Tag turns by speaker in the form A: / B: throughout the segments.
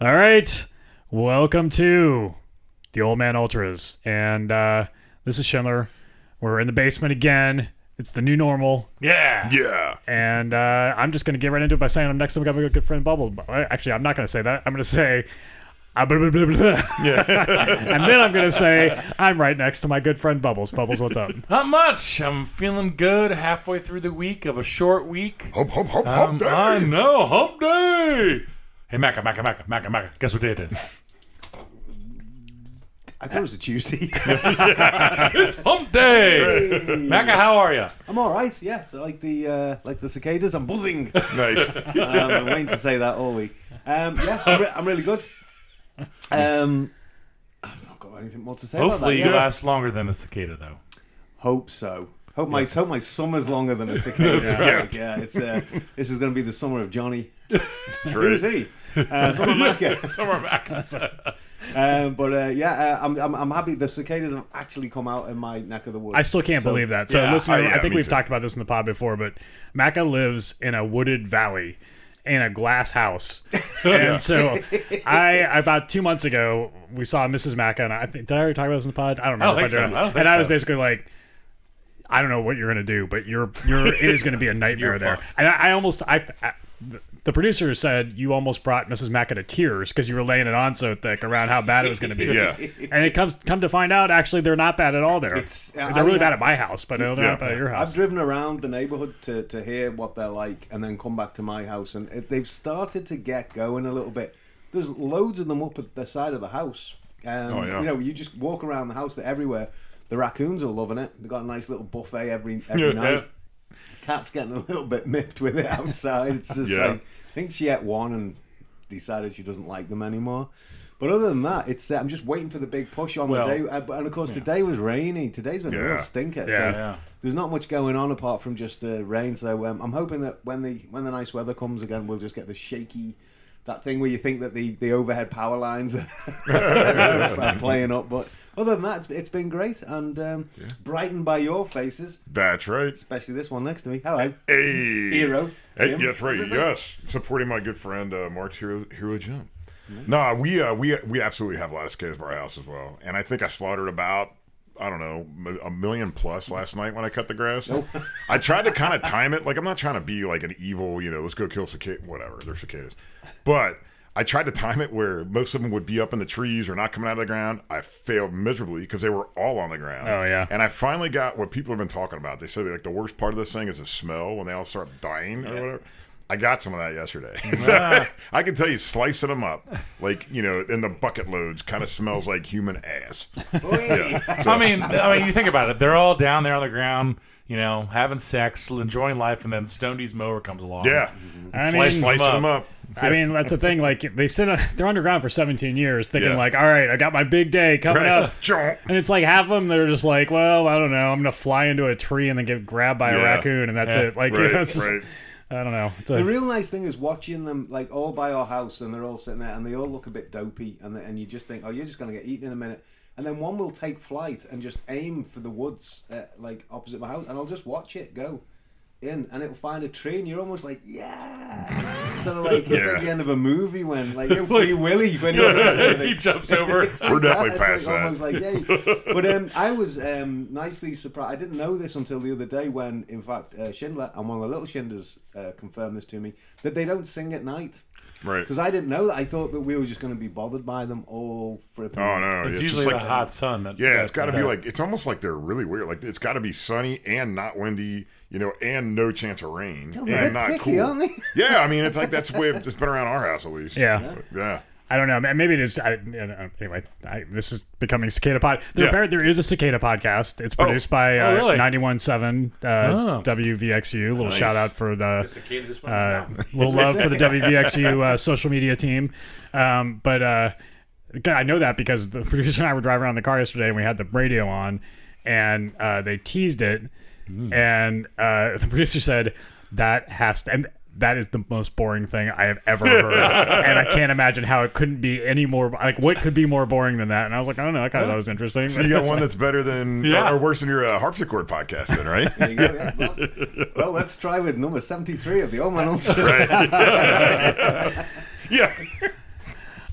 A: All right. Welcome to the Old Man Ultras. And uh, this is Schindler. We're in the basement again. It's the new normal.
B: Yeah.
C: Yeah.
A: And uh, I'm just going to get right into it by saying I'm next to my good friend Bubble. Bu- Actually, I'm not going to say that. I'm going to say. "Ah, blah, blah, blah, blah." and then I'm going to say, I'm right next to my good friend Bubbles. Bubbles, what's up?
B: Not much. I'm feeling good halfway through the week of a short week.
C: Hump, hump, hump, hump
B: Um,
C: day.
B: I know, hump day. Hey, Maca, Maca, Maca, Maca, Maca. Guess what day it is?
D: I thought it was a Tuesday.
B: it's hump day. Maca, how are you?
D: I'm all right. Yeah, so like the uh, like the cicadas, I'm buzzing. um,
C: Nice.
D: I've been waiting to say that all week. Um, yeah, I'm, re- I'm really good. Um, I've not got anything more to say.
B: Hopefully,
D: about
B: you
D: that. Yeah.
B: last longer than a cicada, though.
D: Hope so. Hope my hope my summer's longer than a cicada. yeah.
C: right.
D: yeah, it's uh, this is going to be the summer of Johnny.
C: Great.
D: Who's he? Uh, summer Macca.
B: Summer Maca.
D: Um, but uh, yeah, uh, I'm, I'm I'm happy. The cicadas have actually come out in my neck of the woods.
A: I still can't
D: So-
A: believe that. So,
B: yeah,
A: listener,
C: I- yeah,
A: I think
C: me
A: we've
C: too.
A: talked about this in the pod before, but Maca lives in a wooded valley in a glass house. and so, I about two months ago, we saw Mrs. Maca, and I think, did I already talk about this in the pod? I don't
B: I
A: remember.
B: don't
A: if
B: think
A: did or
B: so.
A: not.
B: I don't think
A: and I was
B: so.
A: basically like, I don't know what you're gonna do, but you're you're it is gonna be a nightmare
B: You're
A: there.
B: fucked.
A: And I, I almost I, I the producer said you almost brought Mrs. Macca to tears because you were laying it on so thick around how bad it was gonna be.
C: Yeah.
A: And it comes come to find out, actually, they're not bad at all there.
D: It's-
A: they're
D: I
A: really
D: mean,
A: bad at my house, but they're
C: Yeah.
A: not bad at your
D: I've
A: house.
D: driven around the neighborhood to, to hear what they're like and then come back to my house and it, they've started to get going a little bit. There's loads of them up at the side of the house. Um,
C: Oh, yeah.
D: You know, you just walk around the house they're everywhere. The raccoons are loving it. They've got a nice little buffet every every
C: Yeah.
D: night. Cat's getting a little bit miffed with it outside. It's just
C: Yeah.
D: like I think she ate one and decided she doesn't like them anymore. But other than that, it's uh, I'm just waiting for the big push on
B: Well,
D: the day. Uh, but- and of course, today was rainy. Today's been a
C: Yeah.
D: real stinker.
A: Yeah.
D: So
B: Yeah.
D: there's not much going on apart from just uh, rain. So um, I'm hoping that when the when the nice weather comes again, we'll just get the shaky, that thing where you think that the, the overhead power lines are, are playing up. But other than that, it's, it's been great and um, brightened by your faces,
C: That's right.
D: especially this one next to me. Hello,
C: Hey.
D: hero.
C: Hey,
D: Jim.
C: that's right. Yes, supporting my good friend uh, Mark's hero, hero Jim. Nah, we uh, we we absolutely have a lot of cicadas by our house as well, and I think I slaughtered about I don't know m- a million plus last night when I cut the grass. I tried to kind of time it, like I'm not trying to be like an evil, you know, let's go kill cicada, whatever. They're cicadas, but I tried to time it where most of them would be up in the trees or not coming out of the ground. I failed miserably because they were all on the ground.
A: Oh, yeah.
C: And I finally got what people have been talking about. They say like the worst part of this thing is the smell when they all start dying or whatever. I got some of that yesterday. So, I can tell you, slicing them up, like you know, in the bucket loads, kind of smells like human ass.
D: Oh,
C: Yeah. So,
B: I mean, I mean, you think about it. They're all down there on the ground, you know, having sex, enjoying life, and then Stoney's mower comes along.
C: yeah,
A: I mean,
B: slice
C: slicing
B: up.
C: them up.
A: I mean, that's the thing. Like they sit, on, they're underground for 17 years, thinking
C: Yeah.
A: like, "All right, I got my big day coming
C: Right.
A: up."
C: Chomp.
A: And it's like half of them they're just like, "Well, I don't know. I'm gonna fly into a tree and then get grabbed by a
C: Yeah.
A: raccoon, and that's
B: Yeah.
A: it." Like, you know,
C: Right,
A: it's just-
C: right.
A: I don't know. It's
D: The
A: a,
D: real nice thing is watching them like all by our house, and they're all sitting there, and they all look a bit dopey, and and you just think, oh, you're just gonna get eaten in a minute, and then one will take flight and just aim for the woods, uh, like opposite my house, and I'll just watch it go in, and it'll find a tree, and you're almost like, yeah, sort of like it's
C: Yeah.
D: like the end of a movie when like you're free Willy when you're
B: he jumps over.
C: We're definitely
D: It's
C: past
D: like
C: that.
D: almost like yay. But um, I was um, nicely surprised. I didn't know this until the other day when, in fact, uh, Schindler and one of the little Schindlers uh, confirmed this to me that they don't sing at night.
C: right.
D: Because I didn't know that. I thought that we were just going to be bothered by them all fripping.
C: Oh no,
B: It's,
C: just
B: usually
C: like
B: the hot sun. That,
C: Yeah,
B: that-
C: it's got to be
B: that-
C: like it's almost like they're really weird. Like it's got to be sunny and not windy, you know, and no chance of rain
D: they're
C: and not
D: picky,
C: cool.
D: aren't they?
C: yeah, I mean, it's like that's the way it's been around our house at least.
A: Yeah.
C: yeah.
A: I don't know. ma- Maybe it is. I, I don't know. anyway, I, this is becoming cicada pod. There,
C: Yeah.
A: apparent- there is a cicada podcast. It's produced by uh,
B: Oh, really?
A: 91.7 uh,
B: Oh.
A: WVXU. Little shout out for the
B: Cicada just went
A: uh,
B: down.
A: little love for the WVXU uh, social media team. Um, but uh, God, I know that because the producer and I were driving around in the car yesterday and we had the radio on and uh, they teased it.
C: Mm.
A: And uh, the producer said, that has to. And, that is the most boring thing I have ever heard, and I can't imagine how it couldn't be any more. Like, what could be more boring than that? And I was like, I don't know. I kind of thought it was interesting.
C: So you got one that's better than
B: Yeah.
C: or worse than your uh, harpsichord podcast, then, right?
D: There you go, yeah, well, well, let's try with number 73 of the Old Man Ultra.
C: right. yeah.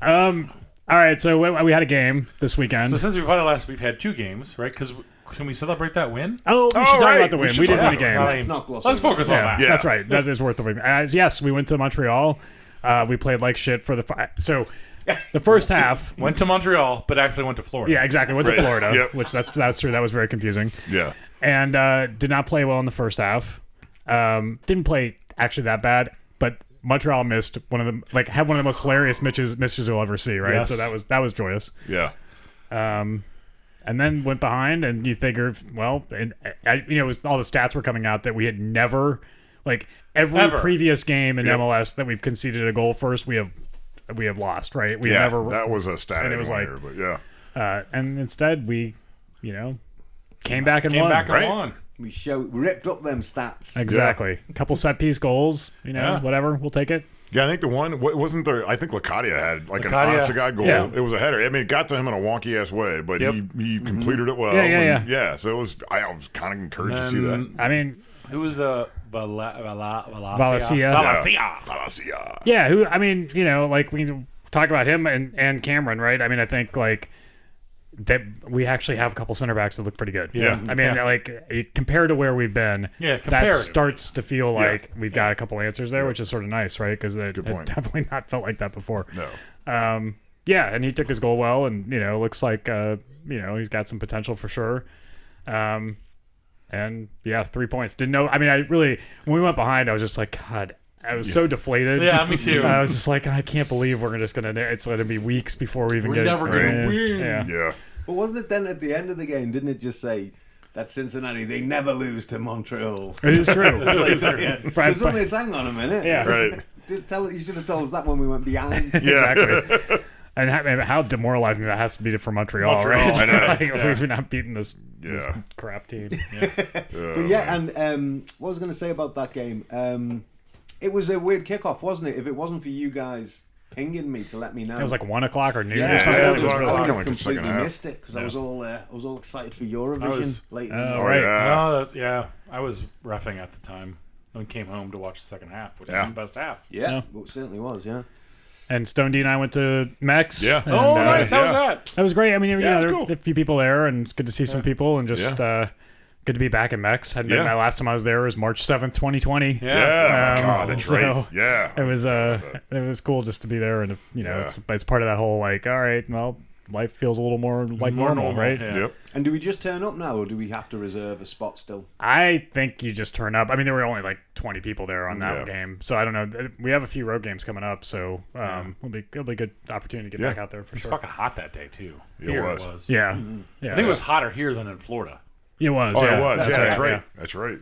A: Um, all right, so we, we had a game this weekend.
B: So since we recorded last, we've had two games, right? Because can we celebrate that win?
A: oh, we should
C: Oh,
A: talk
C: right,
A: about the
C: we
A: win.
C: should
A: We, didn't
C: talk
A: win a
C: about
A: game.
C: it.
D: Let's not gloss
B: Let's
D: over
B: focus
A: Yeah,
B: on that.
C: Yeah.
A: Oh, that's right. That is worth the wait. As yes, we went to Montreal. Uh, we played like shit for the fi- so the first half.
B: Went to Montreal, but actually went to Florida.
A: Yeah, exactly. Went to
C: Right.
A: Florida,
C: Yep.
A: which that's that's true. That was very confusing,
C: Yeah.
A: and uh, did not play well in the first half. Um, didn't play actually that bad, but Montreal missed one of the like had one of the most hilarious misses misses you'll ever see. Right,
B: Yes.
A: so that was that was joyous.
C: Yeah.
A: um, and then went behind, and you figure, well, and uh, I, you know, it was, all the stats were coming out that we had never, like every
B: Ever.
A: previous game in MLS that we've conceded a goal first, we have we have lost, right? We
C: Yeah.
A: have never,
C: that was a static
A: and it was
C: one
A: like-
C: here, but yeah.
A: uh, and instead we, you know, came back and
B: Came
A: won.
B: back and
C: Right.
B: won.
D: We show ripped up them stats.
A: Exactly, a couple set piece goals, you know,
B: Yeah.
A: whatever, we'll take it.
C: Yeah, I think the one wa- wasn't there. I think Lacadia had like
B: Lacadia.
C: an honest to God goal.
A: Yeah.
C: It was a header. I mean, it got to him in a wonky ass way, but
B: Yep.
C: he, he completed it well.
A: Yeah, yeah,
C: and-
A: yeah.
C: So it was. I was kind of encouraged to see that.
B: And
A: I mean,
B: who was the Vala, Vala, Valacia?
A: Valacia.
B: Valacia.
C: Palacia.
A: Yeah, who I mean, you know, like we can talk about him and, and Cameron, right? I mean, I think like that we actually have a couple center backs that look pretty good.
C: Yeah.
A: I mean,
B: Yeah.
A: like it- compared to where we've been,
B: Yeah,
A: that
B: comparative.
A: starts to feel like we've got a couple answers there, which is sort of nice, right? Because it, it
C: point.
A: definitely not felt like that before.
C: No.
A: Um, yeah, and he took his goal well, and you know, looks like uh, you know he's got some potential for sure. Um, and yeah, three points. Didn't know. I mean, I really when we went behind, I was just like, God, I was so deflated.
B: Yeah, me too.
A: I was just like, I can't believe we're just gonna. It's gonna be weeks before we even
B: We're
A: get.
B: never gonna
A: Yeah.
B: win.
A: Yeah.
C: Yeah.
D: But wasn't it then at the end of the game? Didn't it just say that Cincinnati they never lose to Montreal?
A: It is true.
D: Like, yeah.
A: Right,
D: There's
A: but-
D: only it's hang on a minute.
A: Yeah.
C: Right.
D: Did- Tell you should have told us that when we went behind.
C: Yeah.
A: Exactly. And how, and how demoralizing that has to be for Montreal, right?
B: Montreal.
C: I know.
A: like, We've not beaten this, this
C: Yeah.
A: crap team.
D: But yeah, and um, what I was going to say about that game, um, it was a weird kickoff, wasn't it? If it wasn't for you guys pinging me to let me know,
A: It was like one o'clock or noon
D: Yeah,
A: or something.
C: yeah,
A: it was
C: one
A: really
C: o'clock.
D: I
C: Coming to second
D: completely
C: half.
D: missed it because I was all uh, I was all excited for Eurovision
B: was-
D: late. in
A: Oh,
D: the-
A: all right.
C: Yeah.
B: No, that, yeah, I was roughing at the time. Then came home to watch the second half, which
C: Yeah.
B: is the best half.
D: yeah,
A: Yeah.
D: well, it certainly was. Yeah,
A: And Stone D and I went to Mex.
C: Yeah.
A: and,
B: Oh,
A: uh,
B: nice! How was
C: yeah.
B: that?
A: That was great. I mean, you
C: Yeah,
A: know,
C: it's
A: there
C: cool.
A: were a few people there, and it's good to see some people, and just
C: Yeah.
A: uh, good to be back in Mex. Hadn't been
C: Yeah.
A: my last time I was there was March seventh, twenty twenty.
C: Yeah.
A: Um,
C: my God, that's right.
A: so-
C: yeah.
A: It was uh, it was cool just to be there, and you know,
C: Yeah.
A: it's, it's part of that whole like, all right, well, life feels a little more like
B: More
A: normal,
B: normal,
A: right?
B: yeah.
C: Yep.
D: and do we just turn up now, or do we have to reserve a spot still?
A: I think you just turn up. I mean, there were only like twenty people there on that
C: Yeah.
A: game, so I don't know. We have a few road games coming up, so um, it'll be it'll be a good opportunity to get
C: Yeah.
A: back out there for
B: It was
A: sure.
B: fucking hot that day too.
C: It
B: Here
C: was.
A: yeah,
C: Mm-hmm.
A: yeah,
B: I think it was hotter here than in Florida.
A: It was.
C: Oh,
A: yeah.
C: it was.
A: That's
C: yeah,
A: right.
C: that's right. That's right.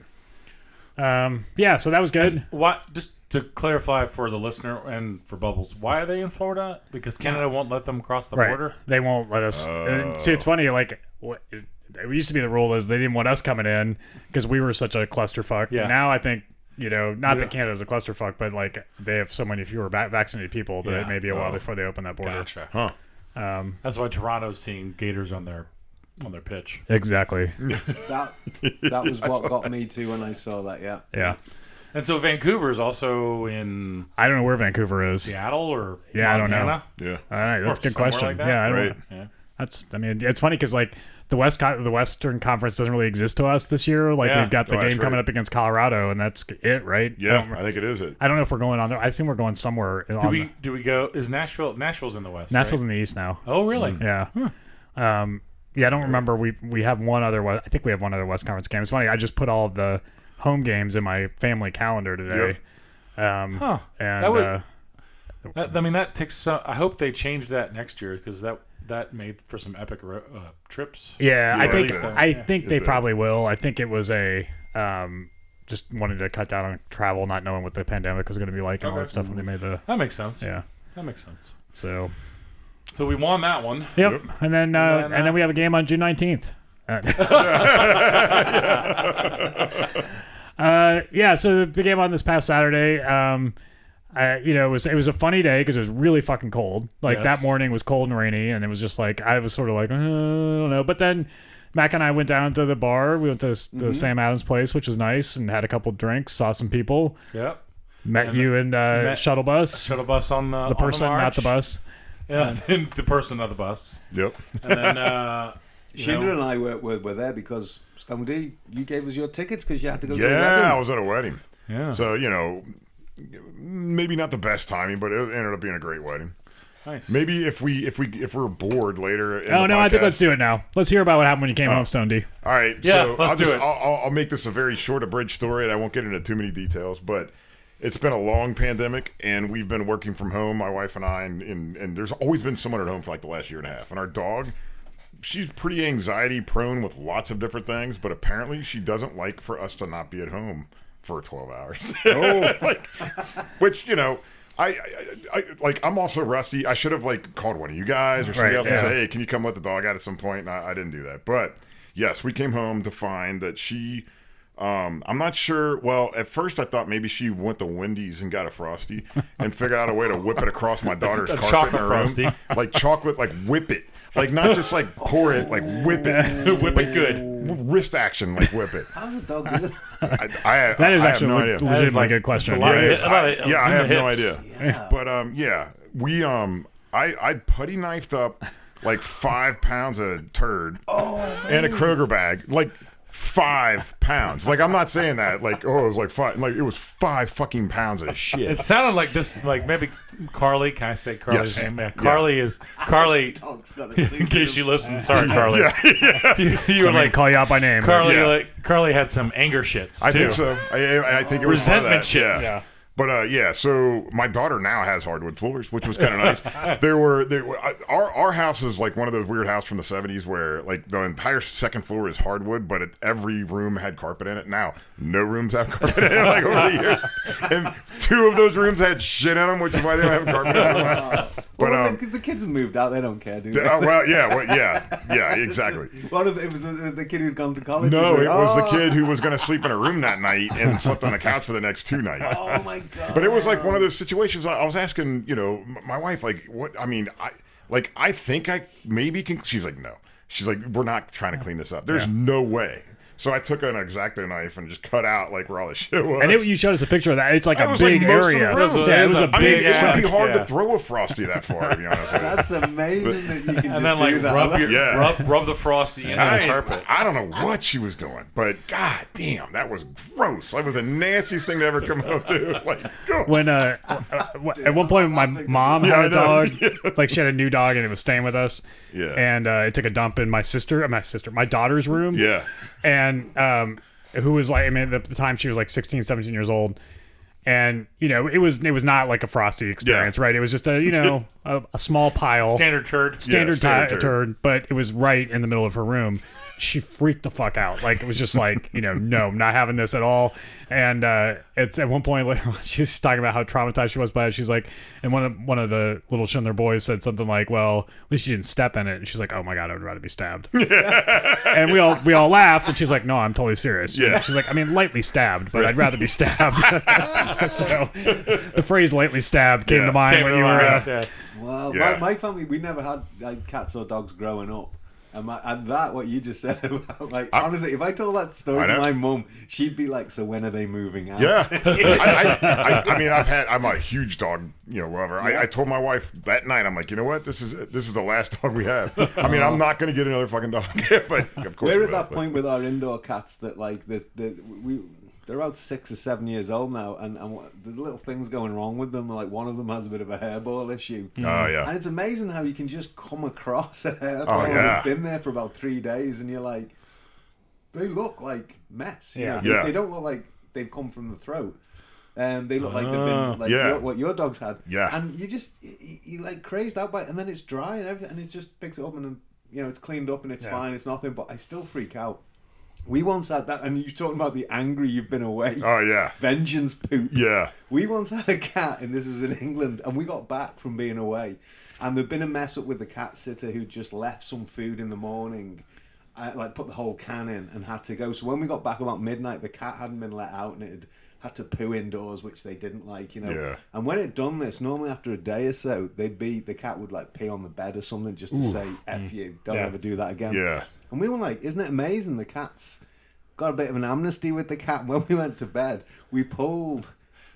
A: Yeah. Um, yeah, so that was good.
B: Why? Just to clarify for the listener and for Bubbles, why are they in Florida? Because Canada won't let them cross the
A: Right.
B: border.
A: They won't let us. and see, it's funny. Like, what, it, it used to be the rule is they didn't want us coming in because we were such a clusterfuck.
B: Yeah.
A: Now I think you know, not
B: Yeah.
A: that Canada's a clusterfuck, but like they have so many fewer va- vaccinated people that
B: Yeah.
A: it may be a while before they open that border.
B: Gotcha. Um,
C: Huh.
B: That's why Toronto's seeing Gators on their on their pitch.
A: Exactly.
D: That that was what got me too when I saw that. Yeah,
A: Yeah.
B: And so Vancouver's also in
A: I don't know where Vancouver is.
B: Seattle or
A: Yeah, I don't know.
B: Montana.
C: Yeah.
A: All right, that's a
B: Or
A: good
B: somewhere
A: question.
B: like that.
A: yeah, I don't.
C: Right.
B: Yeah.
A: That's. I mean, it's funny because like the West, Co- the Western Conference doesn't really exist to us this year. Like
B: Yeah.
A: we've got the
C: Oh, that's
A: game coming
C: right.
A: up against Colorado, and that's it, right? I
C: Yeah.
A: don't,
C: I think it is it.
A: I don't know if we're going on there. I assume we're going somewhere.
B: Do we do we go? Is Nashville? Nashville's in the west. right?
A: Nashville's Mm-hmm. in the east now.
B: Oh, really?
A: Yeah. Um, yeah, I don't remember. We we have one other. West, I think we have one other West Conference game. It's funny. I just put all of the home games in my family calendar today. Um,
B: Huh.
A: And
B: That would-
A: uh,
B: That, I mean, that takes some. I hope they change that next year because that that made for some epic ro- uh, trips.
A: yeah, I
C: Yeah,
A: think
C: it's,
B: uh,
A: I
B: yeah.
A: think they
C: It's, uh,
A: probably will. I think it was a um, just wanted to cut down on travel, not knowing what the pandemic was going to be like and all that stuff when they made the
B: That makes sense.
A: yeah.
B: That makes sense.
A: So
B: So we won that one.
A: yep. And then uh,
B: then,
A: and
B: uh,
A: then we have a game on June nineteenth. Uh, yeah, so the game on this past Saturday, um, I, you know, it was it was a funny day because it was really fucking cold. Like
B: Yes.
A: that morning was cold and rainy, and it was just like I was sort of like, uh, I don't know. But then Mac and I went down to the bar. We went to s- the Sam Adams place, which was nice, and had a couple drinks, saw some people,
B: Yep.
A: met you and uh,
B: met-
A: shuttle bus,
B: Shuttle bus on the, on the
A: person, not the
B: march.
A: bus.
B: Yeah, then the person on the bus.
C: Yep.
B: And then, uh, you
D: Shinder
B: know,
D: and I were, were, were there because Stone D, you gave us your tickets because you had to go to the wedding.
C: Yeah, I was at a wedding.
B: Yeah.
C: So you know, maybe not the best timing, but it ended up being a great wedding.
B: nice.
C: Maybe if we if we if we're bored later. In
A: Oh
C: the
A: no, I think
C: podcast-
A: let's do it now. Let's hear about what happened when you came home, Stone D.
C: All right.
B: Yeah,
C: so
B: let's
C: I'll just,
B: do it.
C: I'll, I'll- I'll make this a very short, abridged story, and I won't get into too many details. But it's been a long pandemic, and we've been working from home, my wife and I, and, and, and there's always been someone at home for like the last year and a half. And our dog, she's pretty anxiety prone with lots of different things, but apparently she doesn't like for us to not be at home for 12 hours.
B: Oh,
D: Oh,
C: like, which, you know. I, I, I like. I'm also rusty. I should have like called one of you guys or
A: Right,
C: somebody else
A: yeah.
C: and say, "Hey, can you come let the dog out at some point?" And I, I didn't do that. But yes, we came home to find that she. Um, I'm not sure. Well, at first I thought maybe she went to Wendy's and got a frosty and figured out a way to whip it across my daughter's
B: A
C: carpet
B: chocolate
C: in her room.
B: Frosty.
C: like chocolate, like whip it, like not just like pour it, like whip it,
B: Whip it good.
C: wrist action, like whip it.
D: How's a dog do that?
C: I, I,
A: That is
C: I
A: actually
C: have no
A: le-
C: idea.
A: legitimately
B: like-
A: good question.
B: that's a lot.
C: Yeah, it is.
B: How about
C: I-
B: it?
C: yeah, I
B: Zoom
C: have no
B: hits.
C: idea. But um, yeah, we um, I I putty knifed up like five pounds of turd in a Kroger bag, like five pounds. Like I'm not saying that like oh it was like five, like it was five fucking pounds of shit.
B: It sounded like this, like maybe Carly. Can I say Carly's
C: Yes.
B: name? Yeah,
C: Yeah.
B: Carly is Carly.
D: Dog's got
B: In
D: a
B: case you listen, sorry, Carly.
C: yeah, yeah.
B: You were
A: I'm gonna
B: like
A: call you out by name. but-
B: Carly.
C: Yeah.
B: Like Carly had some anger shits too.
C: I think so. I, I- I think it was part of that.
B: Resentment shits.
C: Yeah.
B: Yeah.
C: But uh, yeah, so my daughter now has hardwood floors, which was kind of nice. There were there were, I- our our house is like one of those weird houses from the '70s where like the entire second floor is hardwood, but it, every room had carpet in it. Now no rooms have carpet in it like over the years, and two of those rooms had shit in them, which is why they don't have carpet in them. But
D: well,
C: um,
D: the, the kids have moved out. They don't care, do they?
C: uh, well, yeah, well, yeah, yeah, exactly.
D: What if it was, it was the kid who'd gone to college?
C: No,
D: He's
C: it
D: like,
C: was the
D: "Oh,
C: kid who was going to sleep in a room that night and slept on a couch for the next two nights.
D: Oh my god!
C: But it was like one of those situations. I, I was asking, you know, m- my wife, like, what? I mean, I like, I think I maybe can. She's like, no. She's like, we're not trying to clean this up. There's no way. So I took an exacto knife and just cut out like where all this shit was.
A: And it, you showed us a picture of that. It's like
C: That
A: a
C: was,
A: big
C: like, most of the
A: area.
C: room.
A: Yeah, it was
B: That's
A: a
B: a
A: big.
C: I mean, it would
B: ass,
C: be hard
B: yeah.
C: to throw a frosty that far. To be honest with you.
D: That's amazing that you can just
B: and then like
D: do that.
B: rub your
C: Yeah.
B: rub rub the frosty in the
C: I,
B: carpet.
C: I don't know what she was doing, but god damn, that was gross. That was the nastiest thing to ever come out to. Like, God.
A: when uh, at one point my mom
C: Yeah, I
A: had a
C: know.
A: dog like she had a new dog and it was staying with us
C: Yeah.
A: and uh, it took a dump in my sister uh, my sister my daughter's room
C: Yeah.
A: and um who was like i mean at the time she was like 16 17 years old and you know it was it was not like a frosty experience right it was just a you know a, a small pile
B: Standard turd.
A: standard,
C: standard
A: ti-
C: turd.
A: turd, but it was right in the middle of her room. She freaked the fuck out. Like it was just like you know, no, I'm not having this at all. And uh, it's at one point later on, she's talking about how traumatized she was by it. She's like, and one of one of the little Schindler boys said something like, "Well, at least she didn't step in it." And she's like, "Oh my god, I would rather be stabbed." and we all we all laughed, and she's like, "No, I'm totally serious."
C: Yeah.
A: She's like, "I mean, lightly stabbed, but I'd rather be stabbed." so the phrase "lightly stabbed" came
C: Yeah.
A: to mind
B: Came
A: when
B: to
A: you
B: mind,
A: were. Uh,
B: yeah.
D: Wow.
C: Yeah.
D: My, my family, we never had like cats or dogs growing up. And, my, and that, what you just said about, like, honestly, if I told that
C: I
D: story to
C: know.
D: my mum, she'd be like, So when are they moving out?
C: Yeah, I, I, I, I mean, I've had. I'm a huge dog, you know, lover. I, I told my wife that night. I'm like, you know what? This is it. this is the last dog we have. I mean, I'm not going to get another fucking dog. but of course,
D: We're
C: we
D: at that
C: will,
D: point with our indoor cats that, like, the, the, we. They're about six or seven years old now, and, and what- the little things going wrong with them. Like one of them has a bit of a hairball issue.
C: Oh, yeah.
D: and it's amazing how you can just come across a hairball
C: Oh, yeah.
D: that's been there for about three days, and you're like, they look like mats. you
A: Yeah.
D: know, they-
C: Yeah.
D: They don't look like they've come from the throat. Um, they look like they've
B: Ah.
D: been like
C: Yeah.
D: your, what your dogs had.
C: Yeah.
D: And you just you, you like crazed out by it, and then it's dry and everything, and it just picks it up and then, you know it's cleaned up and it's
A: Yeah.
D: fine. It's nothing, but I still freak out. We once had that, and you're talking about the angry you've been away.
C: but- oh yeah,
D: Vengeance poop.
C: yeah.
D: We once had a cat, and this was in England, and we got back from being away, and there'd been a mess up with the cat sitter who just left some food in the morning, uh, like put the whole can in, and had to go. So when we got back about midnight, the cat hadn't been let out, and it had had to poo indoors, which they didn't like, you know.
C: Yeah.
D: And when it done this, normally after a day or so, they'd be the cat would like pee on the bed or something just to say "f you," don't
A: Yeah.
D: ever do that again.
C: Mm. Yeah.
D: And we were like, isn't it amazing? The cat's got a bit of an amnesty with the cat. When we went to bed, we pulled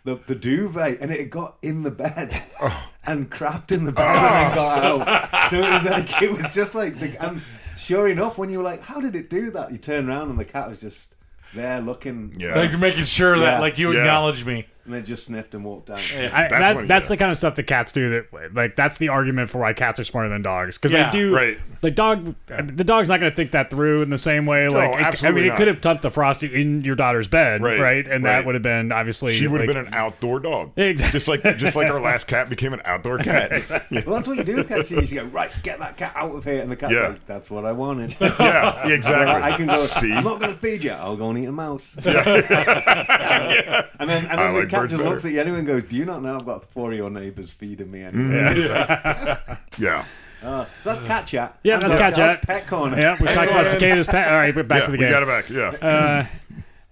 D: the, the duvet and it got in the bed
C: Oh.
D: and crapped in the bed and then got out. So it was like it was just like the, and sure enough, when you were like, "How did it do that?" You turn around and the cat was just there looking,
C: Yeah.
B: Like you're making sure that
D: Yeah.
B: like you
C: Yeah.
B: acknowledge me.
D: and they just sniffed and walked down.
A: I,
C: That's
A: that,
C: what-
A: that's
C: yeah.
A: the kind of stuff that cats do. That like that's the argument for why cats are smarter than dogs because
B: Yeah,
A: they do.
C: right.
A: Like dog, the dog's not going to think that through in the same way. Like it- I
C: absolutely
A: mean, it
C: not.
A: could have touched the frosty in your daughter's bed, right?
C: Right,
A: And
C: right.
A: that would have been obviously
C: She would have
A: like-
C: been an outdoor dog.
A: Exactly.
C: Just like just like our last cat became an outdoor cat.
D: Well, that's what you do with cats. You just go right, get that cat out of here, and the cat's
C: Yeah.
D: like, "That's what I wanted."
C: Yeah, exactly.
D: I can go.
C: See?
D: I'm not going to feed you. I'll go and eat a mouse. And then, and
C: I
D: then the
C: like
D: cat
C: birds
D: just
C: better.
D: looks at you anyway and goes, "Do you not know I've got four of your neighbours feeding me?" Anyway?
C: Mm. Yeah.
D: Uh, so that's cat chat.
A: Yeah,
D: And
A: that's cat chat.
D: That's pet corner.
A: Yeah, we talked about
B: And-
A: cicadas. Pet. All right, but back
C: yeah,
A: to the
C: we
A: game.
C: got it back. Yeah.
A: Uh,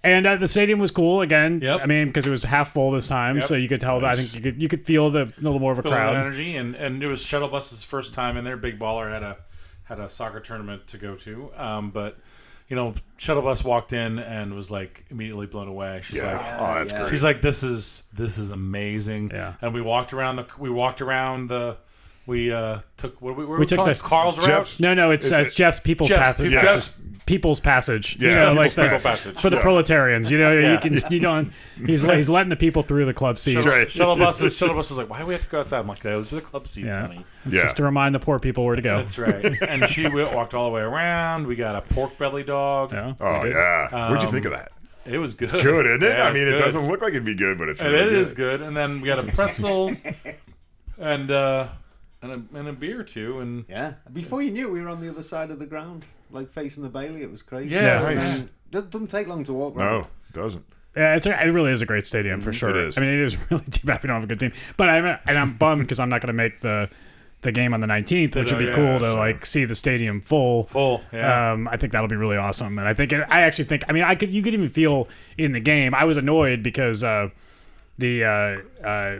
A: and uh, the stadium was cool again.
B: Yep.
A: I mean, because it was half full this time,
B: Yep.
A: so you could tell. that I think you could you could feel the a little more of a
B: Full of
A: crowd.
B: energy and and it was shuttle bus's first time in there. Big baller had a had a soccer tournament to go to, um, but you know shuttle bus walked in and was like immediately blown away. She's
C: Yeah.
B: like,
C: oh, that's
D: yeah.
C: great.
B: She's like, "This is this is amazing."
A: Yeah.
B: And we walked around the we walked around the we uh took what we what we,
A: took
B: took
A: the-
B: Carl's route.
C: Jeff's-
A: No, no, it's
C: It's
A: uh,
C: a-
A: it's Jeff's people's
B: Jeff's
A: passage.
B: People's- Jeff's-
A: people's passage.
C: Yeah,
A: you know, like
C: People's
A: the,
B: People's Passage.
A: for the
C: Yeah.
A: proletarians. You know, you
B: Yeah.
A: can you don't. He's he's letting the people through the club seats.
C: Sure.
B: Shuttle,
C: Right.
B: shuttle buses, shuttle buses. Like, why do we have to go outside? I'm like, those are the club seats,
A: Yeah.
B: honey.
C: Yeah.
A: Just to remind the poor people where to go.
B: That's right. and she w- walked all the way around. We got a pork belly dog.
A: Yeah.
C: Oh yeah. What'd you think of that?
B: It was good.
C: Good, isn't it?
B: Yeah,
C: I
B: it's
C: mean, it
B: good.
C: doesn't look like it'd be good, but it's
B: And
C: really
B: it
C: good.
B: is good. And then we got a pretzel, and uh, and a, and a beer or two, and
D: Yeah. Before you knew, it, we were on the other side of the ground, like facing the Bailey. It was crazy.
B: Yeah.
D: And
C: Nice.
D: then- That doesn't take long to walk.
C: No,
D: Round.
C: it doesn't.
A: Yeah, it's a, it really is a great stadium for sure.
C: Mm, is.
A: I mean, it is really too bad we don't have a good team. But I'm and I'm bummed because I'm not going to make the the game on the 19th, which would be
B: yeah,
A: cool to
C: so-
A: like see the stadium full.
B: full. Yeah.
A: Um, I think that'll be really awesome, and I think it, I actually think I mean I could you could even feel in the game. I was annoyed because uh, the uh, uh,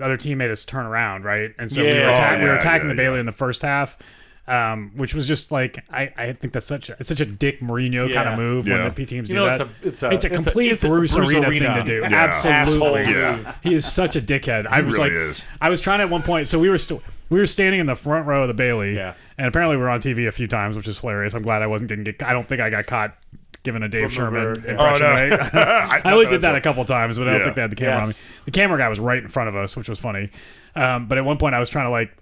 A: other team made us turn around, right? And so we, were
B: Yeah.
A: atta-
C: Oh,
A: we were
C: yeah,
A: attacking
C: yeah,
A: the Bailey in the first half, um, which was just like I, I think that's such a, it's such a Dick Mourinho kind
B: Yeah.
A: of move
C: Yeah.
A: when the P teams
B: You
A: do
B: know,
A: that.
B: it's a- it's a- it's a-
A: complete
B: it's a
A: Bruce,
B: Bruce
A: Arena,
B: Arena.
A: thing to do.
C: Yeah.
A: Absolutely,
B: Asshole
C: Yeah.
B: move.
A: he is such a dickhead. I was
C: really
A: like,
C: is.
A: I was trying at one point. So we were still we were standing in the front row of the Bailey,
B: Yeah.
A: and apparently we were on TV a few times, which is hilarious. I'm glad I wasn't didn't get. I don't think I got caught giving a Dave
B: From the
A: Sherman
B: bird, yeah.
A: impression.
C: Oh, no.
A: right?
C: I,
A: I only did that a couple times, but I don't
C: Yeah.
A: think they had the camera
B: Yes.
A: on me. The camera guy was right in front of us, which was funny. Um, but at one point, I was trying to like.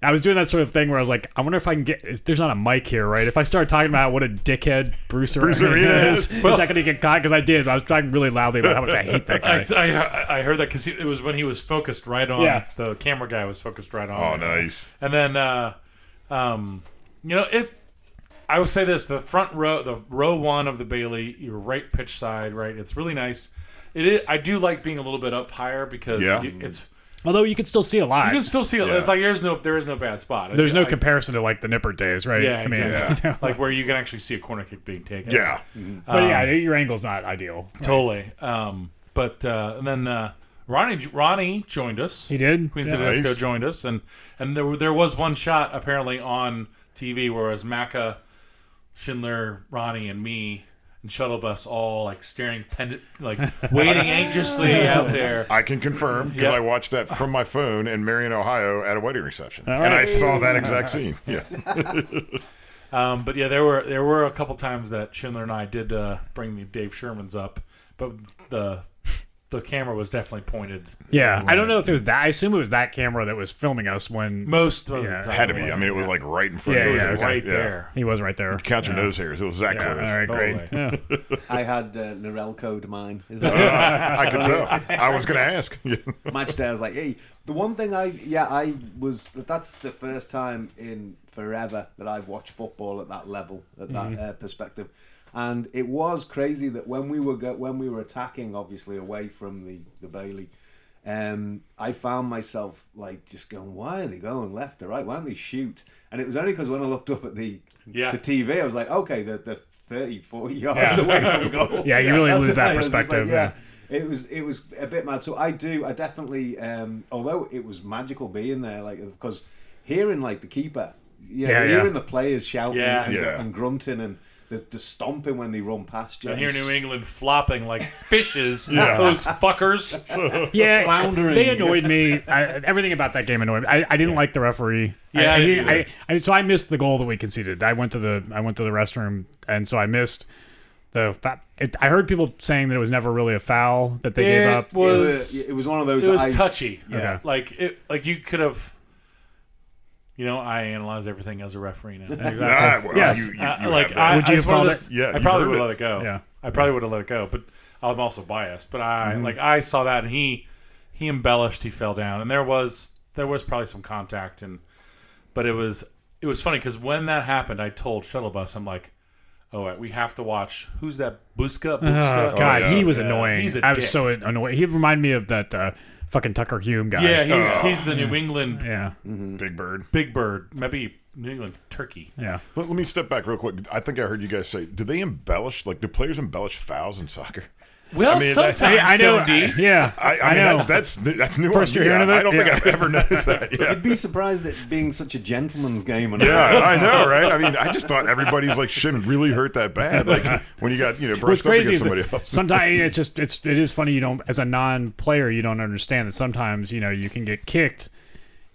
A: I was doing that sort of thing where I was like, I wonder if I can get. is- There's not a mic here, right? If I start talking about what a dickhead Bruce Arena
C: Arena
A: is,
C: is.
A: is that going to get caught? Because I did. I was talking really loudly about how much I hate that guy.
B: I, I, I heard that because it was when he was focused right on.
A: Yeah.
B: The camera guy was focused right on.
C: Oh,
B: it.
C: nice.
B: And then, uh, um, you know, it. I will say this: the front row, the row one of the Bailey, your right pitch side, right. It's really nice. It is, I do like being a little bit up higher because
C: Yeah.
B: you- it's
A: Although you can still see a lot.
B: you can still see it.
C: Yeah.
B: It's like there's no there is no bad spot.
A: There's no
B: I-
A: comparison to like the Nipper days, right?
B: Yeah,
A: you know,
B: like where you can actually see a corner kick being taken.
C: Yeah.
A: but yeah,
B: Um,
A: your angle's not ideal.
B: totally. Um, but uh, and then uh, Ronnie Ronnie joined us.
A: He did.
B: Queen
A: Yeah.
B: City Disco
C: Nice.
B: joined us, and and there were- there was one shot apparently on TV where it was Macca, Schindler, Ronnie, and me, and Shuttle Bus all like staring pendant, like waiting anxiously out there.
C: I can confirm because
B: Yep.
C: I watched that from my phone in Marion, Ohio, at a wedding reception,
A: right.
C: and I saw that exact scene. Yeah,
B: Um, but yeah, there were there were a couple times that Schindler and I did uh, bring the Dave Sherman's up, but the the camera was definitely pointed.
A: Yeah, I don't know if it was that. I assume it was that camera that was filming us when
B: Most of
A: Yeah,
B: the time,
C: had to be. I mean, it was like right in front
A: Yeah,
C: of
A: yeah,
C: us.
B: right
C: Yeah.
B: there.
A: he was right there.
C: Count your nose hairs. It was that
A: Yeah,
C: close.
A: all right,
B: Totally.
A: great. Yeah.
D: I had uh, Narelle code mine. Is
C: Oh.
D: that
C: I could tell. I was going to ask. Yeah.
D: match day? I was like, hey, the one thing I yeah I was that's the first time in forever that I've watched football at that level at that
A: Mm-hmm.
D: uh, perspective, and it was crazy that when we were go- when we were attacking obviously away from the the Bailey. Um, I found myself like just going, why are they going left or right? Why don't they shoot? And it was only because when I looked up at the
B: Yeah.
D: the TV, I was like, okay, they're, they're 30, 40 yards
A: Yeah.
D: away from goal.
A: Yeah, you really
D: That's
A: lose
D: the
A: that
D: thing. I was just
A: perspective,
D: like, yeah. It was it was a bit mad. So I do I definitely um although it was magical being there, like because hearing like the keeper, you know,
A: Yeah, yeah.
D: hearing the players shouting
B: Yeah.
D: and,
C: Yeah.
D: and grunting and the, the stomping when they run past you.
B: I hear
D: and
B: New England flopping like fishes.
C: Yeah.
B: Those fuckers.
A: Yeah,
D: Floundering.
A: they annoyed me. I, everything about that game annoyed me. I, I didn't like the referee. I-
B: Yeah,
A: I,
B: I
A: he-
B: didn't
A: I, I- so I missed the goal that we conceded. I went to the I went to the restroom, and so I missed the. Fa- it, I heard people saying that it was never really a foul that they gave up.
B: It
D: It
B: was
D: was, it was one of those.
B: it was
D: I,
B: touchy.
D: Yeah. Okay.
B: Like it like you could have you know, I analyze everything as a referee now.
C: Ah, well,
A: Yes. Uh,
C: you- you- you
B: I-
C: have
B: Uh, like
C: that.
B: I,
A: Would you
B: I, it's
A: have
B: one of
A: called
B: those-
A: it?
C: Yeah,
B: I
C: you
B: probably
C: heard
B: would
C: it.
B: have let it go.
A: Yeah.
B: I probably would have let it go, but I'm also biased. But I
A: Mm-hmm.
B: like I saw that and he he embellished, he fell down, and there was there was probably some contact and but it was it was funny because when that happened, I told Shuttlebus, I'm like, oh, we have to watch who's that Buska?
A: Oh,
B: Buska?
A: God,
C: yeah.
A: he was
C: Yeah.
A: annoying.
B: He's a
A: I was
B: dick.
A: so annoyed. He reminded me of that uh, fucking Tucker Hume guy.
B: yeah,
C: Oh.
B: he's he's the New England
A: Mm. yeah,
C: Big Bird.
B: Big Bird, maybe New England turkey.
A: yeah.
C: Let, let me step back real quick. I think I heard you guys say, do they embellish? Like, do players embellish fouls in soccer?
B: Well,
C: mean, that-
B: sometimes
A: I, I know.
B: Stone D.
A: yeah,
C: I, I, mean,
A: know.
C: That, that's that's new.
A: First you're hearing of it?
C: I don't
A: Yeah.
C: think I've ever noticed that. Yeah.
D: I'd be surprised at being such a gentleman's game. And
C: Yeah, I know, right? I mean, I just thought everybody's like shouldn't really hurt that bad. Like when you got you know
A: What's
C: brushed up
A: crazy
C: against
A: is
C: somebody
A: that
C: else.
A: sometimes it's just it's it is funny you don't as a non-player you don't understand that sometimes you know you can get kicked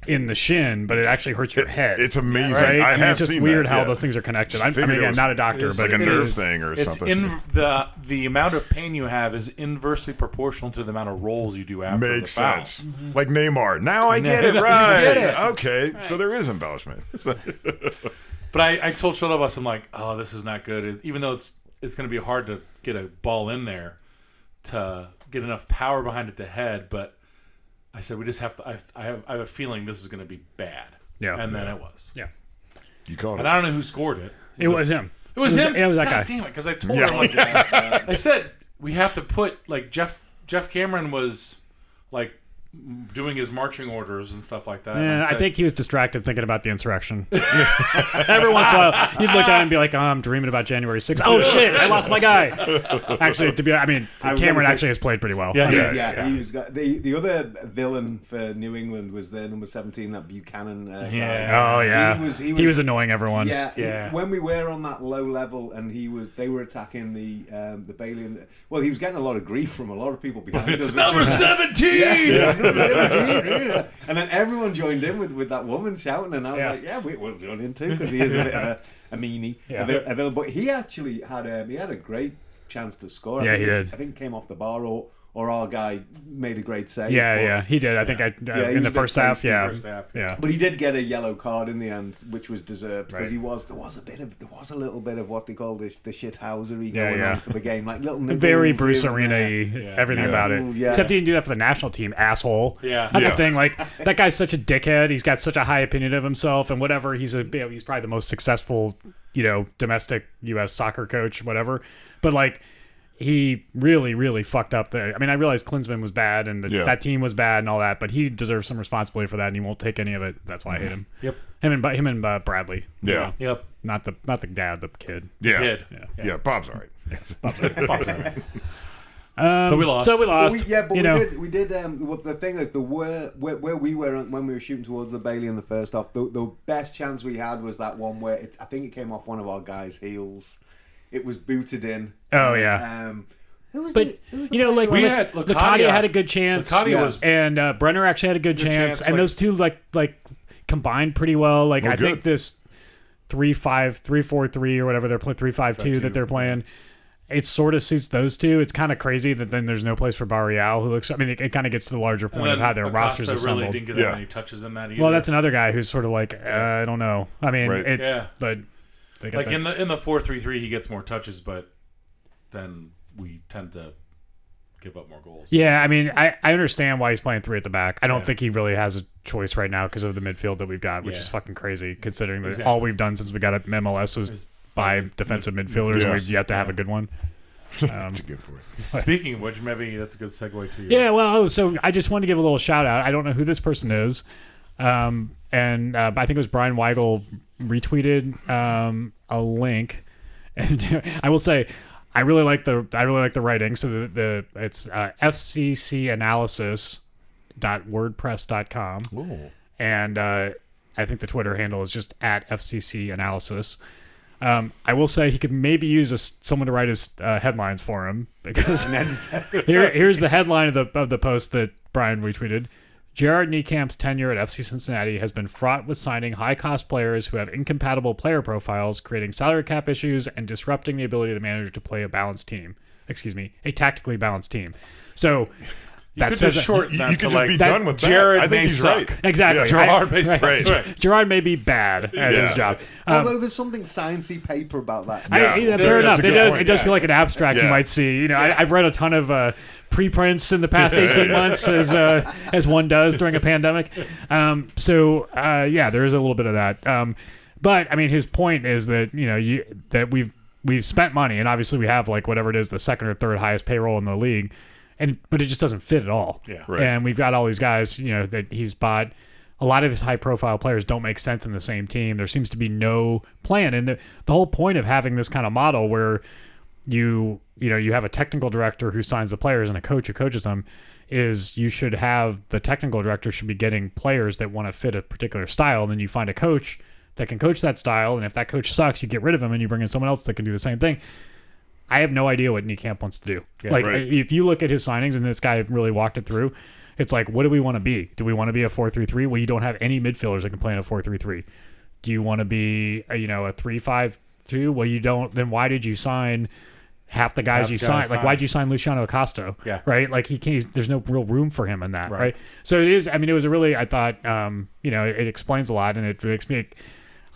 A: in the shin but it actually hurts your head.
C: It's amazing.
A: right.
C: I
A: And
C: have
A: it's just
C: seen
A: weird
C: that,
A: how
C: yeah.
A: those things are connected. I'm, I
C: figured
A: mean,
C: it
A: again,
C: was-
A: not a doctor,
C: It's
A: but
C: like a
A: it
C: nerve
A: is-
C: thing or
B: It's
C: something.
B: in the the amount of pain you have is inversely proportional to the amount of rolls you do after
C: Makes
B: the foul.
C: sense. Like Neymar. Now I get it
B: you
C: right.
B: get it.
C: Okay, so there is embellishment.
B: But I, I told Shuttlebus, I'm like, oh, this is not good. Even though it's it's going to be hard to get a ball in there to get enough power behind it to head, but I said we just have to. I, I have I have a feeling this is going to be bad.
A: Yeah.
B: and then it was.
A: Yeah,
C: you called
B: And
C: it.
B: I don't know who scored it.
A: it was him.
B: It was, him.
A: Yeah, it was that
B: God
A: guy.
B: damn it! Because I told
C: Yeah.
B: her, I'm like, uh, I said we have to put like Jeff Jeff Cameron was like doing his marching orders and stuff like that. and
A: Yeah, Eh, I
B: said-
A: think he was distracted thinking about the insurrection. Every once in a while, he'd look down and be like, oh, "I'm dreaming about January 6th. Oh shit, I lost my guy. Actually, to be, I mean,
D: was
A: Cameron
D: gonna say-
A: actually has played pretty well.
B: yeah.
D: Yeah, he was got, the the other villain for New England was their number seventeen, that Buchanan. Uh, guy.
B: Yeah.
A: Oh yeah,
D: He was- he
A: he
D: was-
A: was annoying everyone.
D: Yeah, he-
B: Yeah.
D: when we were on that low level, and he was, they were attacking the um, the Bailey, and the, well, he was getting a lot of grief from a lot of people behind us.
B: number
D: which was-
B: seventeen.
D: Yeah. and then everyone joined in with, with that woman shouting, and I was
A: Yeah.
D: like, "Yeah, we, we'll join in too," because he is a bit of a, a meanie.
A: Yeah.
D: A bit- a villain. but he actually had um, he had a great chance to score. I
A: Yeah,
D: think
A: he did.
D: I think came off the bar, or or our guy made a great save.
A: Yeah,
D: But-
A: yeah, he did. I think I uh,
D: Yeah, he
A: in
D: was
A: the
D: a bit
A: first half.
D: tasty
A: Yeah,
B: first half, yeah.
A: yeah.
D: But he did get a yellow card in the end, which was deserved because
A: Right.
D: he was there was a bit of there was a little bit of what they call this the shithousery
A: Yeah,
D: going
A: yeah.
D: on for the game, like little
A: Very
D: niggles
A: Bruce
D: here and
A: Arena,
D: there.
A: everything about it.
D: Ooh, yeah.
A: Except he didn't do that for the national team, asshole.
B: Yeah.
A: that's
C: Yeah.
A: the thing. Like that guy's such a dickhead. He's got such a high opinion of himself, and whatever. He's a you know, he's probably the most successful, you know, domestic U.S. soccer coach, whatever. But like. He really, really fucked up there. I mean, I realized Klinsman was bad and the,
C: Yeah.
A: that team was bad and all that, but he deserves some responsibility for that, and he won't take any of it. That's why I hate
D: Mm-hmm.
A: him. Him
B: Yep.
A: and him and uh, Bradley. you
C: Yeah.
A: know.
B: Yep.
A: Not the not the dad, the kid.
C: Yeah.
B: Kid.
A: Yeah.
C: Yeah, Bob's all right.
A: Um,
B: So we lost.
A: So we lost.
D: We, yeah, but
A: you
D: we
A: know,
D: did. We did. Um, well, the thing is, there were where, where we were when we were shooting towards the Bailey in the first off. The, the best chance we had was that one where it, I think it came off one of our guys' heels. It was booted in.
A: Oh, yeah.
D: Um, who was
A: But
D: the, who was the
A: you know, like
D: player?
B: We
A: Luk-
B: had Lukadi-
A: Lukadia had a good chance.
B: Lukadi
D: Yeah.
B: was
A: and uh, Brenner actually had a good, chance,
B: chance,
A: and
B: like-
A: those two like like combined pretty well. Like I think
C: good.
A: this three five three four three or whatever they're playing three five two that they're playing. It sort of suits those two. It's kind of crazy that then there's no place for Barrial, who looks. I mean, it, it kind of gets to the larger point of
B: and
A: how their
B: Acosta
A: rosters
B: really
A: assembled.
B: didn't get
C: Yeah.
B: that many touches in that either.
A: well, that's another guy who's sort of like uh, I don't know. I mean,
C: Right.
A: it,
B: Yeah.
A: but they got
B: like
A: that-
B: in the in the four three three, he gets more touches, but then we tend to give up more goals.
A: Yeah, I mean, I, I understand why he's playing three at the back. I don't think he really has a choice right now because of the midfield that we've got, which
B: Yeah.
A: is fucking crazy considering that
B: Exactly.
A: all we've done since we got up MLS was
B: Is-
A: five defensive midfielders,
C: Yeah.
A: and we've yet to have a good one.
C: That's a good point.
B: Speaking of which, maybe that's a good segue to your
A: Yeah, well, oh, so I just wanted to give a little shout out. I don't know who this person is, um, and uh, I think it was Brian Weigel retweeted um, a link. And I will say, I really like the I really like the writing. So the, the it's uh, FCC analysis dot wordpress.com and uh, i think the twitter handle is just at fcc analysis Um, I will say he could maybe use a, someone to write his uh, headlines for him because here, here's the headline of the of the post that Brian retweeted. Jared Niekamp's tenure at FC Cincinnati has been fraught with signing high-cost players who have incompatible player profiles, creating salary cap issues and disrupting the ability of the manager to play a balanced team. Excuse me, a tactically balanced team. So that
B: Could
A: says
B: just shorten
C: You,
B: that
C: you
B: to
C: could just
B: like
C: be
A: that
C: done with that.
B: Jared
C: I think
B: may
C: he's
B: suck.
C: right.
A: Exactly.
C: Yeah.
A: I-
B: Gerard based
C: right.
B: right.
A: Gerard may be bad at his
C: Yeah.
A: job. Um,
D: Although there's something sciencey paper about that.
A: I- yeah,
C: Yeah. Yeah,
A: fair
C: that's
A: enough.
C: a
A: It
C: good
A: does.
C: point.
A: It does
C: Yeah.
A: feel like an abstract you
C: Yeah.
A: might see. You know, I, I've read a ton of uh, preprints in the past eighteen months, as uh, as one does during a pandemic. Um, so uh, yeah, there is a little bit of that. Um, but I mean, his point is that you know you, that we've we've spent money, and obviously we have like whatever it is, the second or third highest payroll in the league, and but it just doesn't fit at all.
B: Yeah.
C: Right.
A: And we've got all these guys, you know, that he's bought. A lot of his high-profile players don't make sense in the same team. There seems to be no plan, and the, the whole point of having this kind of model where you you know you have a technical director who signs the players and a coach who coaches them is you should have the technical director should be getting players that want to fit a particular style and then you find a coach that can coach that style and if that coach sucks you get rid of him and you bring in someone else that can do the same thing I have no idea what Niekamp wants to do. like
C: right.
A: if you look at his signings and this guy really walked it through, it's like what do we want to be? Do we want to be a 4-3-3? Well, you don't have any midfielders that can play in a 4-3-3. Do you want to be a, you know a 3-5-2? Well, you don't then why did you sign half the guys
B: Half
A: you
B: the guys
A: signed? Like
B: signed.
A: why'd you sign Luciano Acosta?
B: Yeah.
A: Right? Like he can't he's- there's no real room for him in that, right? So it is I mean it was a really I thought um you know it, it explains a lot and it makes me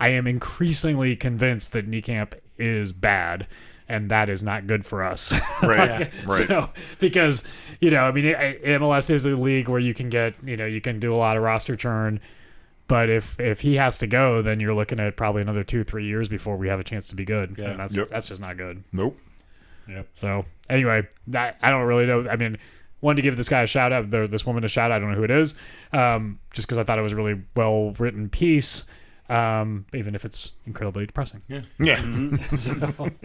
A: I am increasingly convinced that Niekamp is bad, and that is not good for us.
C: Right. Right.
A: So, because you know, I mean, I- MLS is a league where you can get, you know, you can do a lot of roster churn. But if if he has to go, then you're looking at probably another two three years before we have a chance to be good,
B: Yeah.
A: and that's
C: Yep.
A: that's just not good.
C: Nope.
A: So anyway, that I don't really know. I mean, wanted to give this guy a shout out, there, this woman a shout. out. I don't know who it is, um, just because I thought it was a really well written piece, um, even if it's incredibly depressing.
C: Yeah.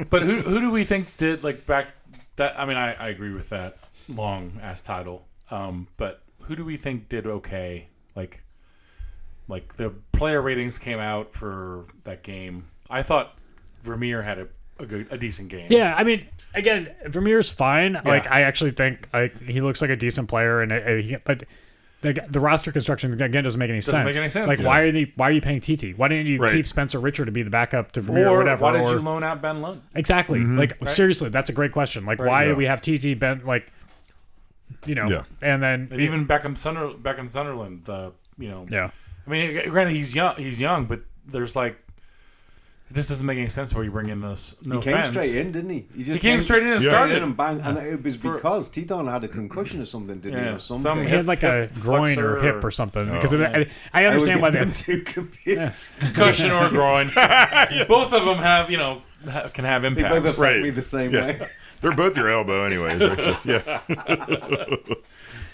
B: But who who do we think did like back that? I mean, I, I agree with that long ass title. Um, but who do we think did okay? Like, like the player ratings came out for that game. I thought Vermeer had a a, good, a decent game.
A: Yeah, I mean, again, Vermeer's fine. Like, I actually think like he looks like a decent player, and uh, he, but the, the roster construction again doesn't make any
B: Doesn't
A: sense.
B: make any sense.
A: Like, why are they? Why are you paying TT? Why didn't you
C: Right.
A: keep Spencer Richard to be the backup to Vermeer or,
B: Or
A: whatever?
B: why did
A: or-
B: you loan out Ben Lund?
A: Exactly. Like seriously, that's a great question. Like why do we have TT Ben like you know
C: Yeah.
A: and then
B: And even Beckham Sunder Beckham Sunderland, the you know,
A: yeah.
B: I mean, granted he's young, he's young, but there's like, this doesn't make any sense where you bring in this. No
D: he came
B: offense.
D: straight in, didn't he? He just
B: He came straight in and started.
D: and bang, and it was because Titon had a concussion or something, didn't he?
B: Yeah,
D: Or something.
B: some
A: He
B: hip
A: had like a
B: hip
A: groin
B: flexor
A: or hip
B: or-
A: or something because it, I, I
D: I would
A: understand why
D: get
A: they
D: them two confused.
B: concussion or groin. Both of them have, you know, ha- can have
D: They both
B: impacts.
D: affect
C: Right.
D: me the same
C: Yeah.
D: way.
C: They're both your elbow, anyways. actually. Yeah.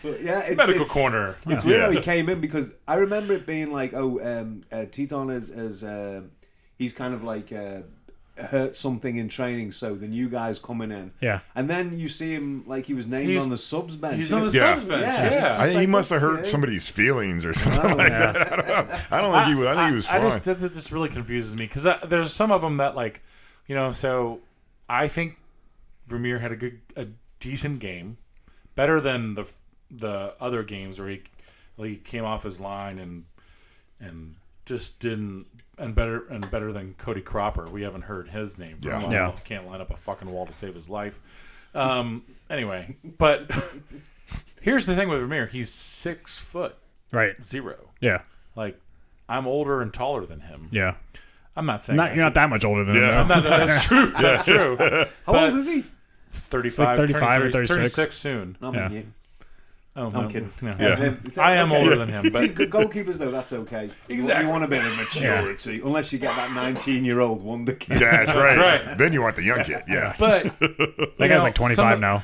D: But yeah, it's,
B: Medical
D: it's,
B: corner.
D: It's weird how
C: Yeah.
D: he came in because I remember it being like, oh, um, uh, Teton is, is uh, he's kind of like uh, hurt something in training, so the new guy's coming in.
A: Yeah.
D: And then you see him like he was named
B: He's-
D: on the subs bench.
B: He's
D: and
B: on the
D: it's-
C: Yeah.
B: subs bench.
D: Yeah. Uh-huh.
B: Yeah.
C: I,
D: It's
C: he
D: like,
C: must have hurt
D: okay.
C: somebody's feelings or something like
A: yeah.
C: that. I don't know. I don't think he was. I think he was
B: I
C: fine.
B: just that, that just really confuses me because there's some of them that like, you know. So I think Vermeer had a good, a decent game, better than the the other games where he like, he came off his line and and just didn't and better and better than Cody Cropper. We haven't heard his name. For
C: Yeah.
B: a while.
A: Yeah.
B: can't line up a fucking wall to save his life. Um, anyway, but here's the thing with Vermeer: he's six foot
A: right.
B: zero.
A: Yeah.
B: Like I'm older and taller than him.
A: Yeah.
B: I'm not saying
A: Not
B: I-
A: you're not that much older than
C: Yeah.
A: him. though.
B: No, no, that's true. That's true.
D: How
B: But
D: old is he?
B: 35,
A: Like
B: 35
A: 35
B: or
A: or
B: 36.
A: 36
B: soon.
D: No,
A: Yeah.
D: I'm you.
B: Oh,
D: I'm kidding.
B: No.
C: Yeah.
D: Um,
B: I am
D: okay.
B: older than him,
D: See,
B: but
D: good goalkeepers though, that's okay. You-
B: Exactly.
D: You want a bit of maturity, unless you get that 19-year-old wonder kid.
C: yeah, that's right.
B: right.
C: Then you want the young kid. Yeah.
B: but
A: That guy's like 25 now.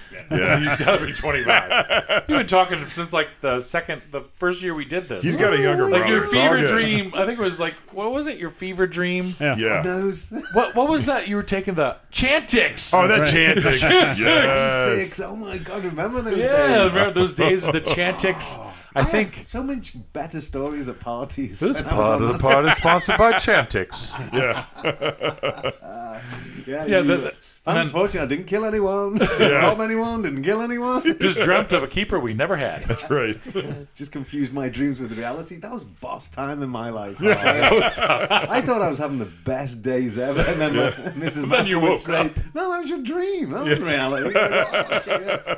C: Yeah.
B: He's got to be 25. You've been talking since like the second, the first year we did this.
C: He's got a younger
B: like
C: brother.
B: your
C: It's all
B: fever
C: good.
B: dream. I think it was like what was it? Your fever dream.
A: Yeah.
C: Yeah.
D: Those
B: What what was that? You were taking the Chantix.
C: Oh, that chant. yes.
D: six. Oh my god, remember those
B: yeah.
D: days?
B: Remember those days of the Chantix?
E: I think
D: so much better stories at parties.
E: this
D: when I was
E: part
D: on
E: of the pod is sponsored by Chantix.
C: Yeah.
D: that- Yeah,
B: Yeah,
D: you-
B: the- the- and then-
D: unfortunately, I didn't kill anyone. didn't rob anyone. Didn't kill anyone.
B: Just dreamt of a keeper we never had.
C: Right.
D: Just confused my dreams with reality. That was boss time in my life. I'll tell you. I thought I was having the best days ever, and then my- Mrs.
B: then you
D: Mathew would
B: woke
D: say, "No, that was your dream. That was reality." Oh, shit, yeah.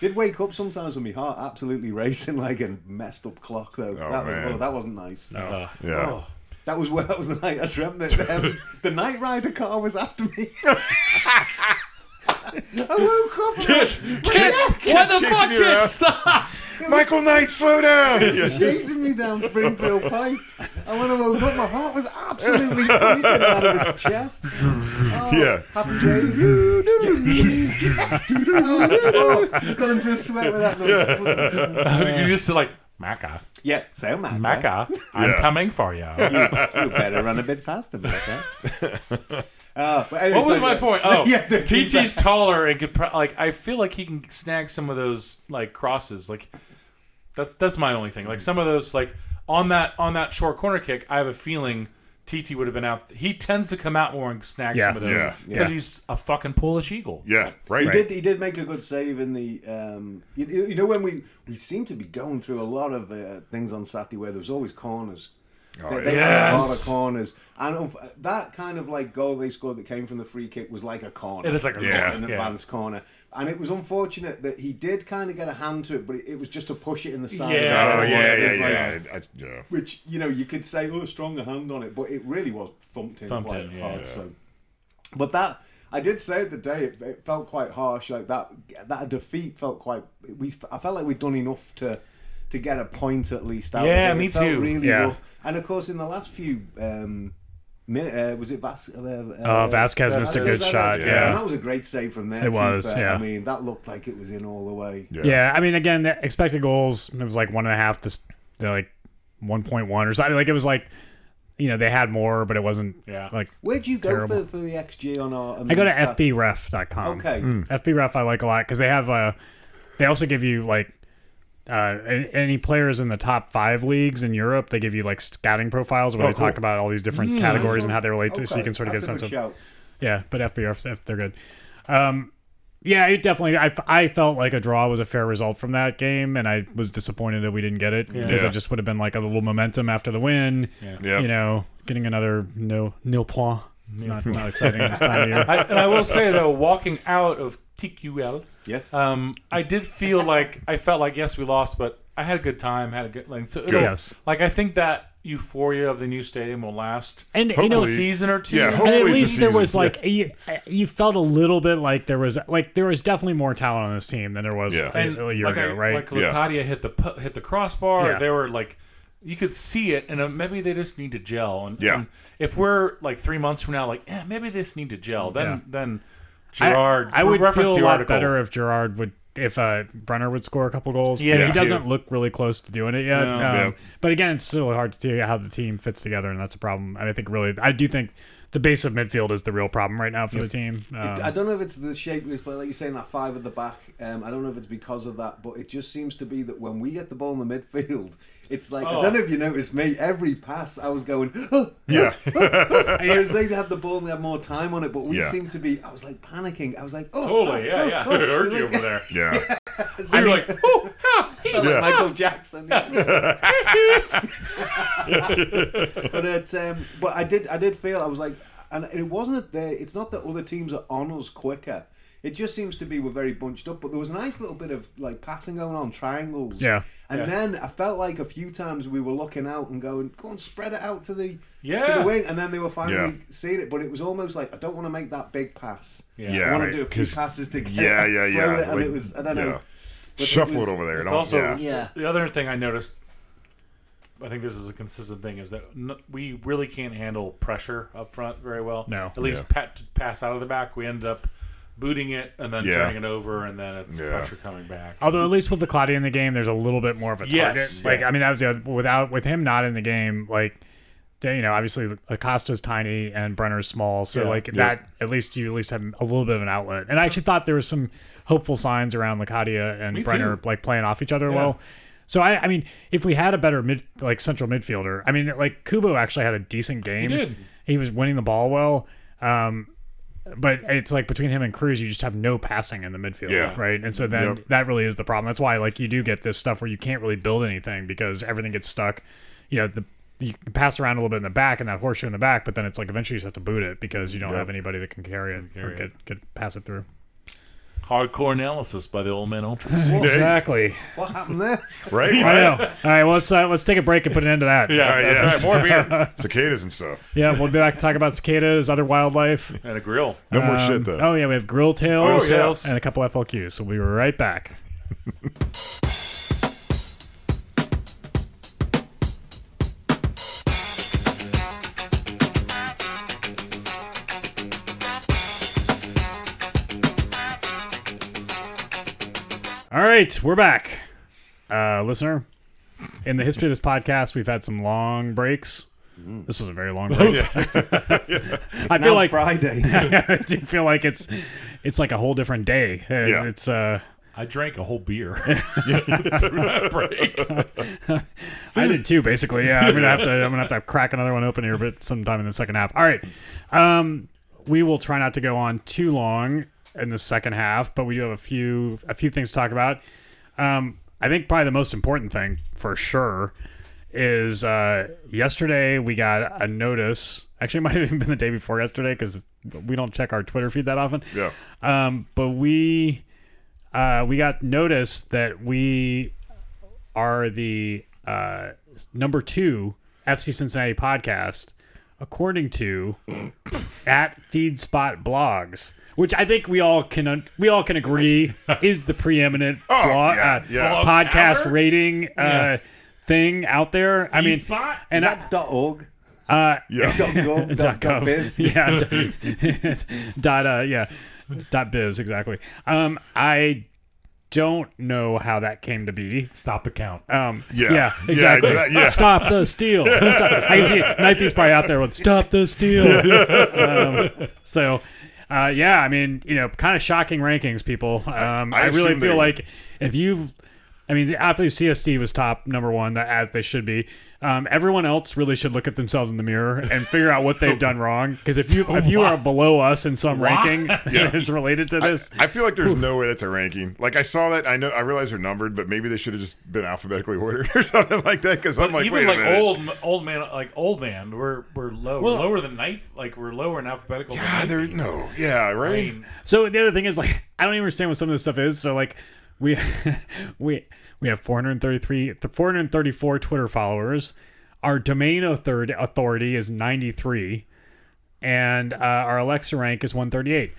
D: Did wake up sometimes with my heart absolutely racing, like a messed up clock though. that
C: man.
D: was oh, that wasn't nice. Oh,
B: Uh,
C: Yeah.
D: That was where that was the night I dreamt that um, the night rider car was after me. I woke up. and I was
B: Kid, what the fuck,
C: you around.
B: kid? Stop!
C: Michael Knight, slow down. Yeah.
D: chasing me down Springfield Pike. And when I woke up, my heart was absolutely bleeding out of its chest. Oh,
C: Yeah.
D: Happy days. yes. oh, just got into a sweat with that. Yeah.
B: you just feel like, Maca,
D: yeah, so Mac. Mac,
B: Maca, I'm
C: Yeah.
B: coming for you.
D: you better run a bit faster, Mac. eh? Uh, but anyway,
B: What was
D: so-
B: my point? Oh,
D: Yeah, the-
B: TT's taller and could pro- like. I feel like he can snag some of those like crosses. Like that's that's my only thing. Like some of those like on that on that short corner kick, I have a feeling TT would have been out. He tends to come out more and snag
A: Yeah.
B: some of those
C: Yeah.
B: because he's a fucking Polish eagle.
C: Yeah. Right.
D: He did. He did make a good save in the. Um, you, you know when we we seem to be going through a lot of uh, things on Saturday where there's always corners.
C: Oh,
D: they, they had a lot of
B: yes.
D: corners, and of- that kind of like goal they scored that came from the free kick was like a corner.
B: It is like a
C: Yeah.
B: corner,
D: an
B: yeah.
D: advanced corner, and it was unfortunate that he did kind of get a hand to it, but it, it was just to push it in the side.
B: Yeah.
C: Oh,
D: It
C: yeah, yeah,
D: was like-
C: yeah. I- I- yeah.
D: Which you know you could say, oh, stronger hand on it, but it really was thumped in
B: Thumped
D: quite
B: in,
D: hard.
B: yeah.
D: So, but that I did say at the day, it, it felt quite harsh. Like that, that defeat felt quite. We, I felt like we'd done enough to to get a point at least. Out
B: Yeah,
D: of it.
B: me
D: it felt
B: too.
D: Really
A: Yeah.
D: rough. And of course, in the last few um, minutes, uh, was it Vas? Uh,
A: Uh, Vasquez missed a
D: Vasquez
A: good
D: had
A: shot.
D: that-
A: Yeah.
D: and that was a great save from there.
A: It was, yeah.
D: I mean, that looked like it was in all the way.
C: Yeah.
A: Yeah, I mean, again, the expected goals it was like one and a half to s- to, like one point one or something. Like it was like, you know, they had more, but it wasn't.
B: Yeah.
A: Like
D: Where'd you go
A: Terrible.
D: for, for the XG on our? on
A: I go to
D: the stat-
A: fbref.com.
D: Okay.
C: Mm.
A: fbref I like a lot because they have uh they also give you like uh a- any players in the top five leagues in Europe. They give you like scouting profiles where
C: Oh,
A: they talk
C: cool.
A: about all these different categories and how they relate to, so you
D: Mm. Okay,
A: can sort of get a
D: that's
A: sense
D: good
A: of
D: shout.
A: yeah. But fbref they're good. Um, yeah, it definitely. I, I felt like a draw was a fair result from that game, and I was disappointed that we didn't get it because
C: Yeah.
A: it just would have been like a little momentum after the win.
C: Yeah.
A: You know, getting another no no point. It's not, not exciting this time of year.
B: I, and I will say though, walking out of TQL,
D: Yes.
B: um, I did feel like I felt like yes, we lost, but I had a good time. Had a good like so. it'll-
A: Yes.
B: Like I think that euphoria of the new stadium will last.
A: And you
B: a
A: know,
C: Hopefully.
B: season or two.
C: Yeah,
A: and at
C: hopefully it's a
A: least there
C: season.
A: was like you, you felt a little bit like there was like there was definitely more talent on this team than there was
C: Yeah.
A: a,
B: and
A: a year
B: like
A: ago,
B: I,
A: right?
B: Like
C: Yeah.
B: Latadia hit the pu- hit the crossbar.
A: Yeah.
B: They were like, you could see it, and uh, maybe they just need to gel. And,
C: Yeah.
B: and if we're like three months from now, like eh, maybe they just need to gel. Then
A: Yeah.
B: then
A: I-
B: Gerard,
A: I, would
B: reference
A: feel a
B: the
A: lot
B: article.
A: better if Gerard would if uh, Brenner would score a couple goals.
B: Yeah,
A: he
B: me
A: doesn't look really close to doing it yet.
B: No.
A: um,
C: Yeah.
A: But again, it's still hard to see how the team fits together, and that's a problem. And I think really, I do think the base of midfield is the real problem right now for the team. Um,
D: I don't know if it's the shape of his play, like you're saying, that five at the back. Um, I don't know if it's because of that, but it just seems to be that when we get the ball in the midfield, it's like
B: Oh.
D: I don't know if you noticed me. Every pass, I was going. Oh,
C: Yeah.
D: it was like they had the ball and they had more time on it, but we
C: Yeah.
D: seemed to be. I was like panicking. I was like, oh,
B: Totally, yeah,
D: oh,
B: yeah.
D: Oh, oh. It was
B: Argue
D: like,
B: over there.
C: Yeah.
D: it's
B: You're
D: like,
B: like, oh, ha, he
D: felt like
C: Yeah.
D: Michael Jackson. but it's um, but I did I did feel I was like, and it wasn't that they, it's not that other teams are on us quicker. It just seems to be we're very bunched up. But there was a nice little bit of like passing going on triangles.
A: Yeah.
D: And
B: Yeah.
D: then I felt like a few times we were looking out and going, "Go on, spread it out to the to
B: Yeah.
D: the wing," and then they were finally
C: Yeah.
D: seeing it. But it was almost like I don't want to make that big pass.
C: Yeah,
D: I want
C: right,
D: to do a few
C: 'cause-
D: passes to get
C: Yeah. Yeah.
D: slow
C: Yeah.
D: it, and
C: Like,
D: it was I don't know.
C: yeah.
D: But it
C: Shuffle it,
D: was-
C: over there.
B: It's
C: don't-
B: also
C: yeah.
D: Yeah.
B: the other thing I noticed. I think this is a consistent thing is that n- we really can't handle pressure up front very well.
A: No.
B: at least pat, pass out of the back, we end up booting it and then
C: Yeah.
B: turning it over, and then it's
C: Yeah.
B: pressure coming back.
A: Although at least with the Claudia in the game, there's a little bit more of a
B: Yes,
A: target. Like
B: yeah.
A: I mean, that was the other, without with him not in the game, like they- you know, obviously Acosta's tiny and Brenner's small, so
B: Yeah.
A: like that at least you at least have a little bit of an outlet. And I actually thought there was some hopeful signs around Lacadia and
B: Me
A: Brenner
B: too.
A: like playing off each other well. So I, I mean, if we had a better mid, like central midfielder, I mean, like Kubo actually had a decent game. He
B: did.
A: He was winning the ball well. Um, but it's like between him and Cruz, you just have no passing in the midfield,
C: Yeah. Mm-hmm.
A: right? And so then
C: Yep.
A: that really is the problem. That's why like you do get this stuff where you can't really build anything because everything gets stuck. You know, the you can pass around a little bit in the back and that horseshoe in the back, but then it's like eventually you just have to boot it because you don't have anybody that can carry it or get, get pass it through.
B: Hardcore analysis by the old man ultras.
A: Exactly.
D: What happened there?
C: Right?
A: I know. All right, well, let's uh, let's take a break and put an end to that.
B: yeah,
C: All right,
B: that's
C: yes.
B: right. More beer
C: Cicadas and stuff.
A: yeah. We'll be back to talk about cicadas, other wildlife.
B: and a grill.
C: No more
A: Um,
C: shit though.
A: Oh yeah, we have grill tails,
B: Grill tails.
A: and a couple FLQs. So we'll be right back. All right, we're back, uh, listener. In the history of this podcast, we've had some long breaks. This was a very long break. I feel
D: Now
A: like
D: Friday.
A: I do feel like it's it's like a whole different day. And
C: Yeah.
A: It's uh
B: I drank a whole beer through that break.
A: I did too basically. Yeah. I'm gonna have to I'm gonna have to crack another one open here but sometime in the second half. All right. Um we will try not to go on too long in the second half, but we do have a few a few things to talk about. Um I think probably the most important thing for sure is uh yesterday we got a notice. Actually, it might have even been the day before yesterday because we don't check our Twitter feed that often.
C: Yeah.
A: Um, but we uh, we got notice that we are the uh, number two FC Cincinnati podcast according to at Feedspot Blogs, which I think we all can un- we all can agree is the preeminent blog,
C: Oh, yeah,
A: uh,
C: yeah.
A: podcast
B: Blogger?
A: rating. Uh,
B: Yeah.
A: Thing out there. I mean,
B: Feedspot?
A: and
D: Is
A: I-
D: that dot .org?
C: Yeah.
D: Dot .gov? dot, dot .biz?
A: yeah. d- dot uh yeah. Dot biz exactly. Um I don't know how that came to be.
B: Stop the count.
A: Um
C: Yeah.
A: yeah,
C: Yeah,
A: exactly.
C: exa- yeah.
A: Stop the steal. Stop. I can see Knifey's probably out there with stop the steal. um, so uh, yeah, I mean, you know, kind of shocking rankings, people. Um,
C: I
A: I, really
C: assume
A: feel
C: they-
A: like if you've, I mean, obviously CSD was top number one, as they should be. Um, everyone else really should look at themselves in the mirror and figure out what they've done wrong. Because if you if you are below us in some ranking that is related to this,
C: I feel like there's no way that's a ranking. Like I saw that. I know. I realize they're numbered, but maybe they should have just been alphabetically ordered or something like that. Because I'm like,
B: Even
C: wait a
B: like
C: minute.
B: old old man, like old man, we're we're low, we're lower than knife. Like we're lower in alphabetical. than
C: Ah,
B: knife.
C: there. No. Yeah.
B: I
C: Right.
B: mean,
A: So the other thing is like I don't even understand what some of this stuff is. So like we we we have 433 434 Twitter followers. Our domain authority authority is 93 and uh, our Alexa rank is 138.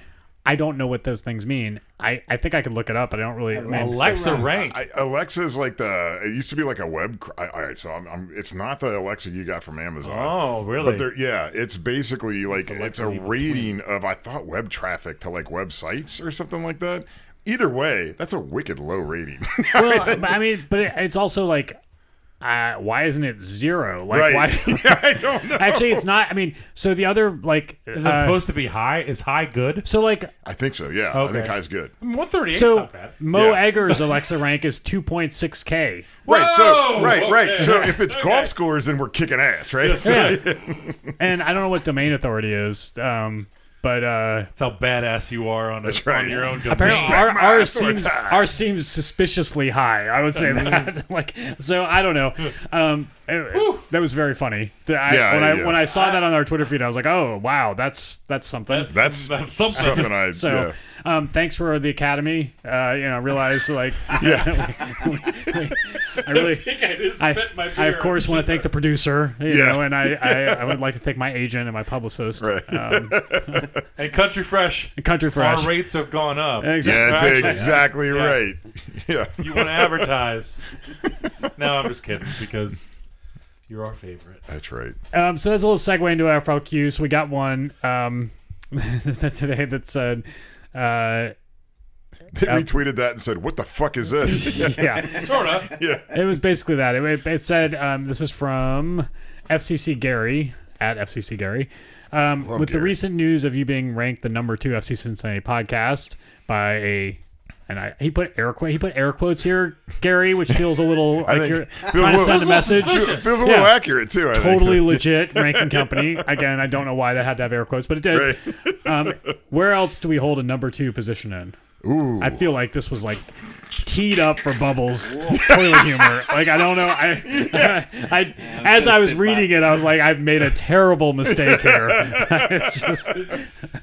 A: I don't know what those things mean. I, I think I could look it up, but I don't really. man,
B: Alexa rank.
C: I, Alexa is like the. It used to be like a web. cr- I- All right. So I'm, I'm. It's not the Alexa you got from Amazon.
B: oh, really?
C: But they're, yeah, it's basically like it's a rating of I thought web traffic to like websites or something like that. Either way, that's a wicked low rating.
A: well, but I mean, but it, it's also like, uh, why isn't it zero? Like,
C: right?
A: why?
C: Yeah, I don't know.
A: Actually, it's not. I mean, so the other like,
B: Is it
A: uh,
B: supposed to be high? Is high good?
A: so like
C: I think so. Yeah, I think
B: Okay.
C: high's good.
B: One thirty eight.
A: So
B: not bad.
A: Mo
C: Yeah.
A: Egger's Alexa rank is 2.6k.
C: Right. So
B: Whoa!
C: right, right.
B: Okay.
C: So if it's
B: Okay.
C: golf scores, then we're kicking ass, right?
A: Yeah. and I don't know what domain authority is, um, but uh,
B: That's how badass you are on, a,
C: That's right.
B: on your own.
A: apparently
B: domain.
A: our,
C: my
A: ours
C: ass one
A: seems
C: time.
A: ours seems suspiciously high. I would say that. like so, I don't know. Um, it- it- that was very funny. The- I-
C: Yeah,
A: when
C: yeah,
A: I
C: yeah.
A: when I saw that on our Twitter feed, I was like, oh wow, that's that's something.
B: That's
C: That's-
B: that's, something.
C: Something I
A: so,
C: yeah.
A: um, thanks for the academy. Uh, you know, realize like, I really,
B: I, think I, just
A: I,
B: spent my beer
A: I of course
B: on-
A: want to thank the producer, you
C: Yeah.
A: know, and I, I, I would like to thank my agent and my publicist,
C: Right.
A: um,
B: And Country Fresh,
A: Country Fresh.
B: our rates have gone up.
A: Exactly.
C: Yeah,
B: Actually,
C: that's exactly
B: yeah.
C: right. Yeah.
B: If you want to advertise, no, I'm just kidding because you're our favorite.
C: That's right.
A: Um, so that's a little segue into our FLQ. So we got one um, that today that said, uh,
C: They retweeted that and said, "What the fuck is this?"
A: yeah,
B: Sorta.
A: it was basically that. It, it said um, this is from FCC Gary at FCC Gary. Um, with the
C: Gary.
A: recent news of you being ranked the number two FC Cincinnati podcast by a and I he put air quote he put air quotes here, Gary, which feels a little like
C: I think
A: you're
C: feels
A: trying to
C: a little-
A: send a message.
B: Feels
C: Feels a little
A: Yeah.
C: accurate too. I think.
A: Totally legit ranking company. Again, I don't know why that had to have air quotes, but it did. Um, where else do we hold a number two position in?
C: Ooh.
A: I feel like this was like teed up for bubbles toilet humor. Like I don't know. I, I, as
D: gonna
A: I was
D: sit
A: reading it, I was like, I've made a terrible mistake here. It's just-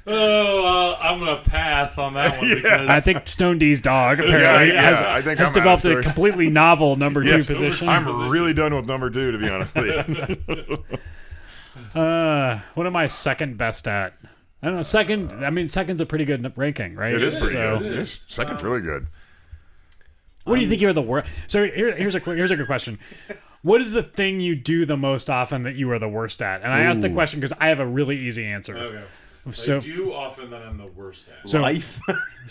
B: Oh, uh, I'm gonna pass on that one because
A: I think Stone D's dog apparently
C: yeah,
A: has,
C: I think
A: has
C: I'm out of
A: developed a
C: stories.
A: completely novel number two
C: Yes,
A: position.
C: I'm really done with number two, to be honest with you.
A: Uh, what am I second best at? I don't know. Second, I mean, second's a pretty good n- ranking, right?
C: It is pretty
A: So-
B: it
C: good. It's
B: is.
C: second's really good.
A: What do you think you're the worst? So here, here's a que- here's a good question. What is the thing you do the most often that you are the worst at? And I asked the question because I have a really easy answer.
B: okay.
A: So-
B: I Uh, do often that I'm the worst at.
A: So-
D: Life.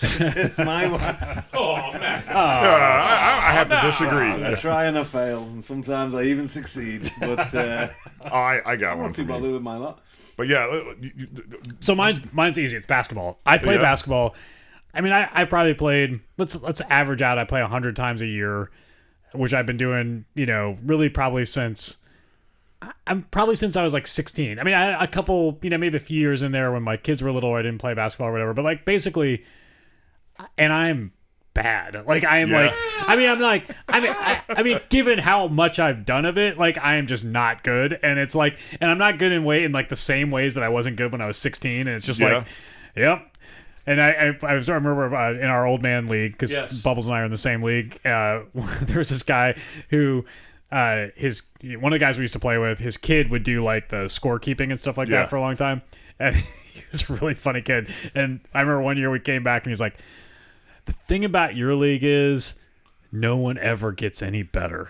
D: it's my one.
B: Oh, Mac.
C: Uh, I, I- I have to disagree.
D: I try and I fail, and sometimes I even succeed. But uh,
C: I, I got
D: I'm
C: one.
D: not
C: For
D: too
C: me.
D: bothered with my lot.
C: But yeah, l- l- you- you-
A: So mine's mine's easy. It's basketball. I play
C: Yeah.
A: basketball. I mean, I, I probably played. Let's let's average out. I play hundred times a year, which I've been doing. You know, really probably since I- I'm probably since I was like 16. I mean, I had a couple, you know, maybe a few years in there when my kids were little. I didn't play basketball or whatever. But like basically, and I'm bad. Like I am
C: Yeah.
A: like. I mean, I'm like. I mean, I, I mean, given how much I've done of it, like I am just not good. And it's like, and I'm not good in way in like the same ways that I wasn't good when I was 16. And it's just like, yep. And I, I, I, was, I remember uh, in our old man league because
B: Yes.
A: Bubbles and I are in the same league. Uh, there was this guy who, uh, his one of the guys we used to play with, his kid would do like the scorekeeping and stuff like
C: Yeah.
A: that for a long time, and he was a really funny kid. And I remember one year we came back and he's like, "The thing about your league is." No one ever gets any better.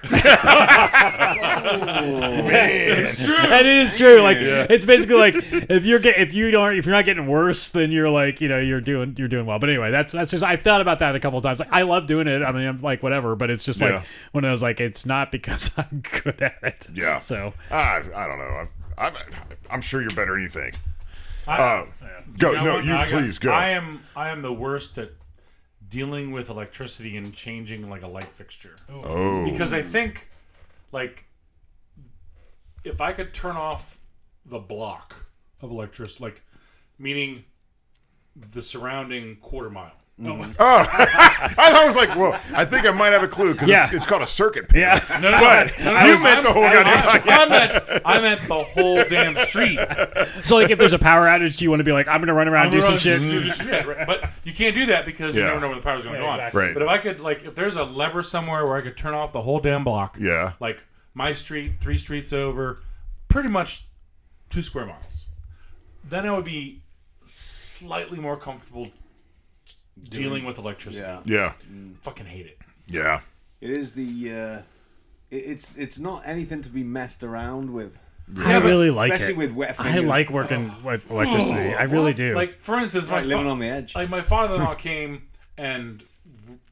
B: It's true.
A: and it is true. Like it's basically like if you're get if you don't if you're not getting worse, then you're like you know you're doing you're doing well. But anyway, that's that's just I've thought about that a couple times. Like, I love doing it. I mean, I'm like whatever, but it's just
C: Yeah.
A: like one of those like it's not because I'm good at it.
C: Yeah.
A: So
C: I, I don't know. I've, I've, I'm sure you're better than you think.
B: I-
C: Uh, go.
B: know
C: No,
B: what?
C: you
B: I got-
C: please go.
B: I am I am the worst at dealing with electricity and changing like a light fixture.
C: oh.
B: Because I think like if I could turn off the block of electricity like meaning the surrounding quarter mile.
C: Oh, I was like, well, I think I might have a clue because
A: Yeah.
C: it's, it's called a circuit pin.
A: yeah,
B: No, no,
C: But
B: no, no,
C: you
B: no,
C: meant
B: I'm-
C: the whole
B: I-
C: goddamn-
B: I, I meant I meant the whole damn street.
A: so like if there's a power outage, do you want to be like I'm gonna run around and do some shit?
B: But you can't do that because
C: Yeah.
B: you never know when the power's going to
A: Yeah,
B: go
A: exactly.
B: on.
C: Right.
B: But if I could, like, if there's a lever somewhere where I could turn off the whole damn block,
C: Yeah.
B: like my street, three streets over, pretty much two square miles, then I would be slightly more comfortable dealing with electricity.
D: Yeah.
C: Yeah.
B: Fucking hate it.
C: Yeah.
D: It is the. Uh, it, it's it's not anything to be messed around with.
A: I really like
D: Especially
A: it.
D: with wet
A: I
D: fingers.
A: like working with electricity. I really do.
B: Like, for instance, my
D: Like living
B: fu-
D: on the edge.
B: like my father-in-law came and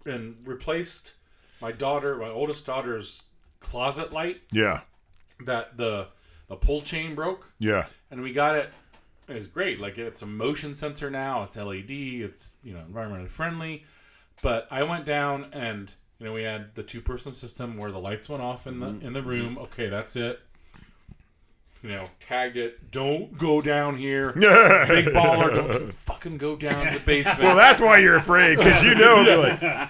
B: and replaced my daughter, my oldest daughter's closet light
C: Yeah.
B: that the the pull chain broke,
C: Yeah.
B: and we got it. It was great. Like it's a motion sensor now. It's LED. It's you know environmentally friendly. But I went down and you know we had the two person system where the lights went off in the in the room. Okay, that's it. You know, tagged it. Don't go down here. Big baller, don't you fucking go down to the basement.
C: Well, that's why you're afraid because you know. it'll be Like,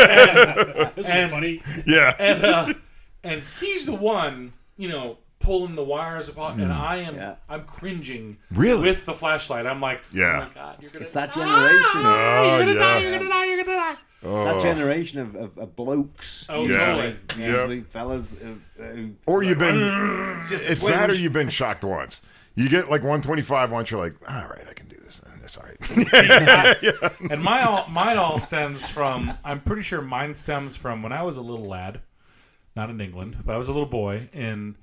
A: and funny.
C: yeah.
B: and uh, and he's the one, you know, pulling the wires apart, and I am
D: Yeah.
B: I'm cringing
C: Mm. Really?
B: with the flashlight. I'm like,
C: Yeah.
B: oh my god, you're gonna
D: It's that
B: die,
D: generation.
A: Ah!
C: Oh,
B: you're gonna die,
C: yeah.
B: you're gonna die, you're gonna die.
A: Oh.
D: that generation of, of, of blokes.
B: Oh,
D: usually,
B: totally.
D: Usually fellas. Uh, who-
C: Or you've been.
D: just
C: It's
D: twinge.
C: that, or you've been shocked once. You get like 125 once. You're like, all right, I can do this. That's all right.
B: And my all, mine all stems from I'm pretty sure mine stems from when I was a little lad, not in England, but I was a little boy in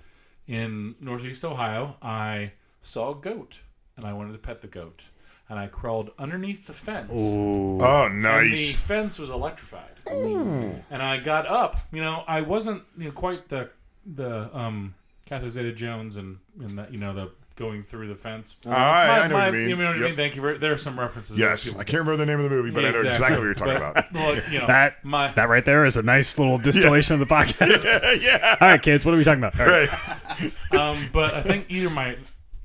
B: in northeast Ohio. I saw a goat, and I wanted to pet the goat, and I crawled underneath the fence.
C: oh,
B: and the
C: nice.
B: fence was electrified.
C: Hmm.
B: And I got up. You know, I wasn't you know, quite the the um, Catherine Zeta Jones and and that you know the going through the fence.
C: I,
B: My-
C: I know
B: my-
C: what you mean.
B: what I
C: Yep.
B: mean? Thank you. For, there are some references.
C: Yes, I
B: that people-
C: can't remember the name of the movie, but
B: Yeah,
C: I know exactly what you're talking
B: But-
C: about.
B: Well, you know,
A: That-
B: my
A: That right there is a nice little distillation of the podcast.
C: yeah,
A: All right, kids, what are we talking about? All right.
C: right.
B: um, but I think either my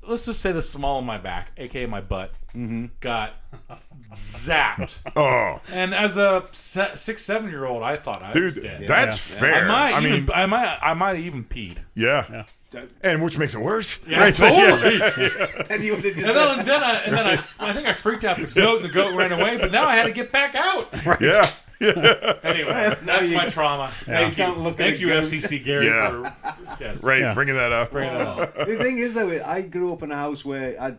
B: let's just say the small of my back, aka my butt,
C: Mm-hmm.
B: got zapped.
C: Oh,
B: and as a se- six seven year old, I thought I was
C: dude,
B: dead.
C: that's fair.
B: I might
C: I mean,
B: even I might I might have even peed.
C: yeah. and which makes it worse.
B: Right, totally.
D: And you would have just
B: And then, and then I and then I, I think I freaked out the goat. and The goat ran away, but now I had to get back out.
C: Yeah, yeah.
B: Anyway, that's
D: you-
B: my trauma. Thank
D: you
B: you,
D: can't look at
B: thank
D: a
B: you,
D: goat.
B: FCC Gary.
C: Yeah.
B: For, yes,
C: right.
A: Yeah.
C: Bringing that up.
B: Oh.
D: the thing is though, I grew up in a house where I'd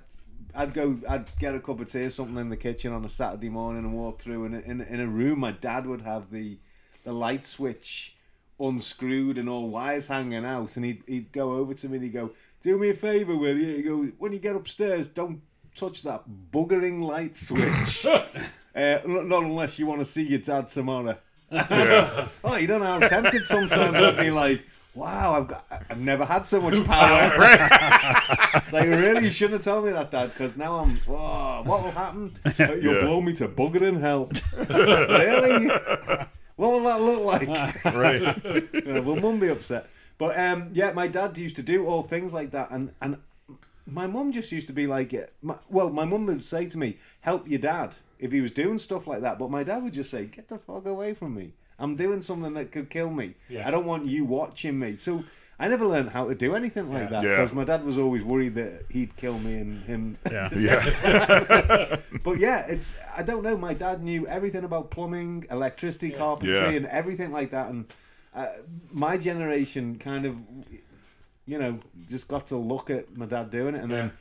D: I'd go I'd get a cup of tea or something in the kitchen on a Saturday morning and walk through and in in a room my dad would have the the light switch unscrewed and all wires hanging out and he'd he'd go over to me and he'd go, Do me a favour, will you? He'd go, When you get upstairs, don't touch that buggering light switch. Uh, n- not unless you want to see your dad tomorrow.
C: Yeah.
D: Oh, you don't know how tempted sometimes I'd be like, wow, I've got, I've never had so much power. like, really, you shouldn't have told me that, Dad, because now I'm, oh, what will happen? Uh, You'll
C: Yeah.
D: blow me to bugger in hell. really? What will that look like?
C: Right.
D: Yeah, well, mum be upset. But um, yeah, my dad used to do all things like that, and and my mum just used to be like, uh, my, well, my mum would say to me, "Help your dad" if he was doing stuff like that. But my dad would just say, "Get the fuck away from me! I'm doing something that could kill me.
B: Yeah.
D: I don't want you watching me." So. I never learned how to do anything like that
C: Yeah.
D: because my dad was always worried that he'd kill me and him.
A: Yeah.
C: Yeah.
D: But yeah, it's I don't know. My dad knew everything about plumbing, electricity, carpentry,
C: Yeah.
D: and everything like that. And uh, my generation kind of, you know, just got to look at my dad doing it, and then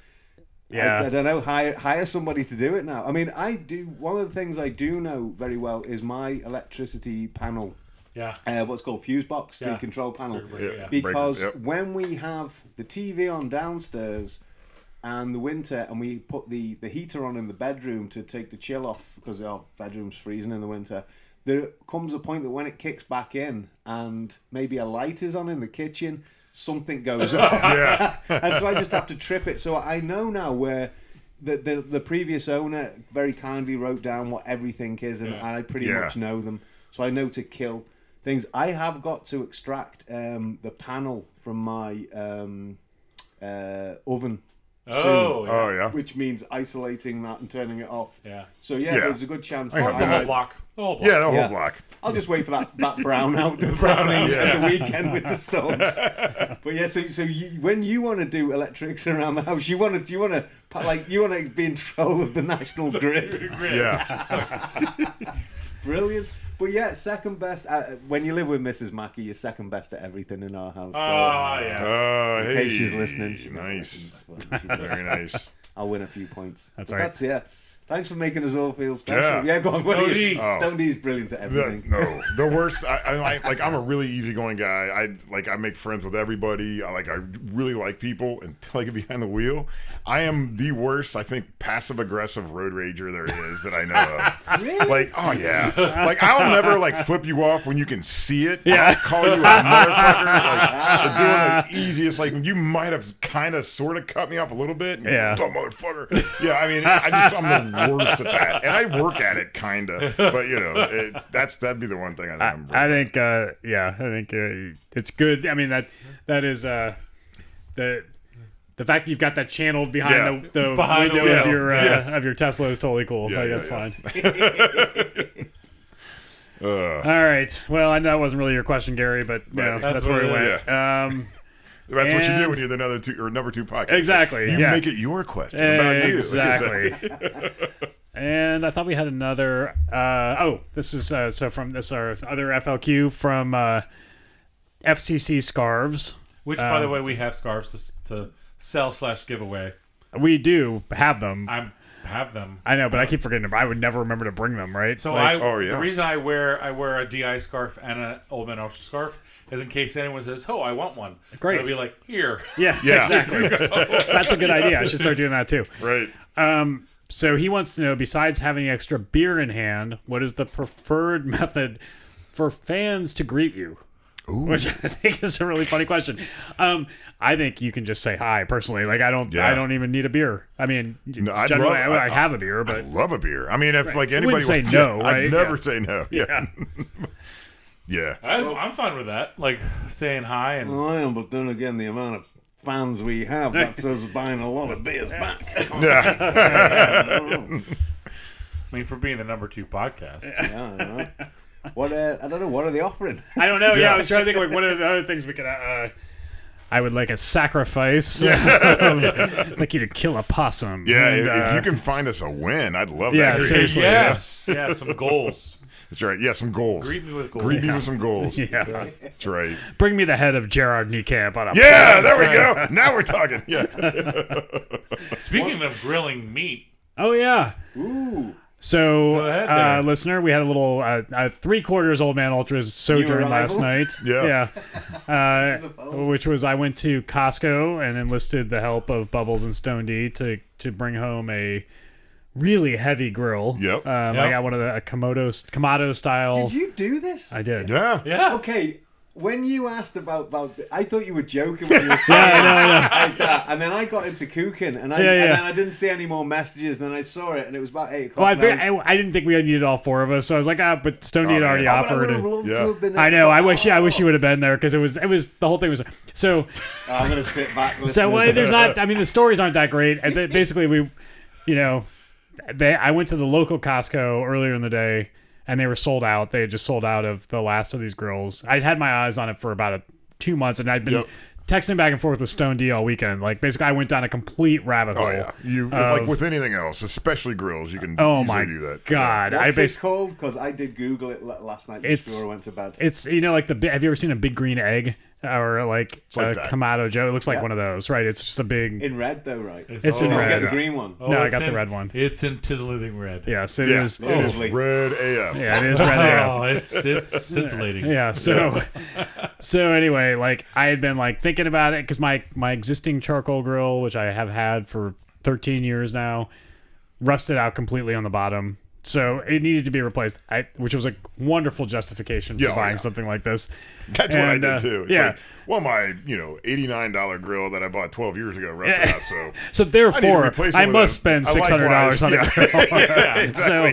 A: Yeah.
D: I, I don't know, hire hire somebody to do it now. I mean, I do one of the things I do know very well is my electricity panel
B: Yeah.
D: uh, what's called fuse box, the
B: Yeah.
D: control panel,
B: Circuit, yeah.
D: because
C: Breaker, yep.
D: when we have the TV on downstairs and the winter, and we put the the heater on in the bedroom to take the chill off because our bedroom's freezing in the winter. There comes a point that when it kicks back in, and maybe a light is on in the kitchen, something goes off
C: yeah.
D: and so I just have to trip it. So I know now where the the, the previous owner very kindly wrote down what everything is, and I pretty
C: Yeah.
D: much know them. So I know to kill things. I have got to extract um, the panel from my um, uh, oven.
B: Oh, yeah.
C: Oh yeah.
D: Which means isolating that and turning it off.
B: Yeah.
D: So yeah,
C: Yeah.
D: there's a good chance
C: I
D: that
C: have
B: the
C: that.
D: I
B: whole
D: might,
B: block. The whole block.
C: Yeah. The whole
D: Yeah.
C: block.
D: I'll just wait for that, that brown out that's happening at the weekend with the storms. But yeah, so so you, when you want to do electrics around the house, you want to you want to like you want to be in control of the national grid.
C: Yeah.
D: Brilliant. But yeah, second best uh when you live with Mrs. Mackey, you're second best at everything in our house. So,
B: Ah, yeah.
C: Uh,
D: in
C: hey.
D: case she's listening, she never
C: Nice.
D: listens, but she does.
C: Very nice.
D: I'll win a few points.
A: That's
D: But
A: all right.
D: That's yeah. Thanks for making us all feel special.
C: Yeah.
D: Yeah, go on. what do you-
B: Stone D.
C: Oh.
D: Stone D's brilliant at
C: The,
D: everything.
C: no, the worst. I, I like, like. I'm a really easygoing guy. I like. I make friends with everybody. I like. I really like people until I get behind the wheel. I am the worst. I think passive aggressive road rager there is that I know of. Like, oh yeah. Like I'll never like flip you off when you can see it. Yeah. I'll call you a
D: Ah,
A: Ah.
C: motherfucker. Like doing the easiest. Like you might have kind of sort of cut me off a little bit. and you're
A: Yeah.
C: Dumb motherfucker. Yeah, I mean, I just I'm the worst at that, and I work at it kind of. But you know, it, that's that'd be the one thing I think I, am
A: I think, uh, yeah, I think uh, it's good. I mean that that is uh, the the fact that you've got that channeled behind
C: Yeah.
A: the, the
B: Behind the
A: window of
B: wheel.
A: your uh, of your Tesla is totally cool.
C: Yeah,
A: Like,
C: yeah,
A: that's
C: yeah.
A: fine.
C: Uh,
A: All right. Well, I know that wasn't really your question, Gary, but you know,
C: Right.
A: that's,
B: That's
A: where
B: what
A: it
B: it
A: went.
C: is.
A: Um,
C: that's what you
A: And-
C: do when you're the number two or number two podcast.
A: exactly.
C: You
A: yeah. Eh,
C: make it your question about you.
A: Exactly. and I thought we had another. Uh, oh, this is uh, so from this our other FLQ from uh, FCC scarves.
B: Which, by
C: um,
B: the way, we have scarves to, s- to sell slash give away.
A: We do have them.
B: I have them.
A: I know, but I keep forgetting them. I would never remember to bring them, right?
B: So
A: Like,
B: I,
C: oh, yeah.
B: the reason I wear I wear a DI scarf and an Old Man Officer scarf is in case anyone says, "Oh, I want one."
A: Great.
B: I'll be like, "Here."
A: yeah,
C: Yeah.
A: exactly. That's a good idea. I should start doing that too.
C: Right.
A: Um, so he wants to know, besides having extra beer in hand, what is the preferred method for fans to greet you? Which I think is a really funny question. Um, I think you can just say hi personally. Like I don't, I
C: Yeah.
A: don't even need a beer. I mean,
C: I'd
A: generally
C: love-
A: I, would-
C: I-
A: I'd have a beer, but
C: I love a beer. I mean, if like
A: You
C: anybody
A: wouldn't say
C: was-
A: no,
C: yeah,
A: right?
C: I'd never
A: Yeah.
C: say no.
A: yeah.
C: yeah.
B: I, I'm fine with that. Like saying hi and
D: I am, but then again, the amount of fans we have, that's us buying a lot of beers back. Oh,
C: Yeah.
B: I mean for being the number two podcast.
D: Yeah, I know. What uh, I don't know. What are they offering?
A: I don't know. Yeah.
C: Yeah.
A: I was trying to think of like what are the other things we could. Uh, I would like a sacrifice. I'd like you to kill a possum.
C: Yeah,
A: And,
C: if, if
A: uh,
C: you can find us a win, I'd love
A: Yeah,
C: that.
A: seriously.
B: yes, yeah, some goals.
C: That's right. Yeah, some goals.
B: Greet me with goals.
C: Greet me with some goals.
A: yeah.
C: That's right.
A: Bring me the head of Gerard Niekamp on a
C: Yeah, there we go. Now we're talking. Yeah.
B: Speaking of grilling meat,
A: Oh yeah. Ooh. So,
B: Go ahead
A: uh,
B: there.
A: listener, we had a little uh, uh, three quarters old man ultras sojourn
D: rival?
A: last night.
C: Yeah.
A: yeah. Uh, which was I went to Costco and enlisted the help of Bubbles and Stone D to to bring home a really heavy grill.
C: Yep.
A: Um, I
B: Yep.
A: got one of the a Komodo Komodo style.
D: Did you do this?
A: I did.
C: Oh, Yeah.
B: yeah,
D: Okay. When you asked about about, th- I thought you were joking when you were saying it like that, and then I got into cooking, and
A: Yeah,
D: I
A: yeah.
D: and then I didn't see any more messages. And then I saw it, and it was about eight
A: Well, I,
D: o'clock.
A: figured,
D: and I,
A: I, I didn't think we needed all four of us, so I was like, ah, but Stone D had already
C: man. Oh,
D: was- but I
A: offered.
D: would have
A: and-
D: loved
C: Yeah.
D: to have been.
A: I know. I wish. Yeah, I wish you
D: Oh.
A: would have been there because it was. It was the whole thing was. So
D: I'm gonna sit back.
A: So
D: listening.
A: well, there's not. I mean, the stories aren't that great. And they- basically, we, you know, they. I went to the local Costco earlier in the day, and they were sold out. They had just sold out of the last of these grills. I'd had my eyes on it for about a, two months, and I'd been
C: Yep.
A: texting back and forth with Stone D all weekend. Like basically, I went down a complete rabbit hole.
C: Oh yeah. You like with anything else, especially grills, you can
A: Oh
C: easily
A: my
C: do that.
A: god! I
D: What's
A: basically.
D: it called? Because I did Google it la- last night
A: It's-
D: before I went to bed.
A: It's you know like the bi- have you ever seen a big green egg or like,
C: like
A: a
C: that.
A: Kamado Joe? It looks like one of those, right? It's just a big.
D: in red though, right?
A: It's
B: all
A: in
D: Did you
A: red.
D: get the green one?
B: Oh,
A: No, I
B: it's
A: got the
B: in-
A: red one.
B: It's into the living red.
A: Yes, it
C: Yeah. Oh,
A: is.
C: It is
D: Lovely.
C: red AF.
A: Yeah, it is red there.
B: Oh, it's it's scintillating.
A: Yeah. So, so anyway, like I had been like thinking about it because my my existing charcoal grill, which I have had for 13 years now, rusted out completely on the bottom, so it needed to be replaced. I, which was a wonderful justification for
C: Yeah, oh,
A: buying
C: yeah.
A: something like this.
C: That's
A: And,
C: what I
A: uh,
C: did too. It's
A: yeah.
C: like, well, my you know eighty nine dollar grill that I bought twelve years ago rusted
A: Yeah.
C: out, so
A: So
C: I need to
A: therefore,
C: replace it
A: I
C: with
A: must
C: a-
A: spend
C: a
A: six hundred dollars on
C: likewise.
A: a grill.
C: Yeah,
A: So,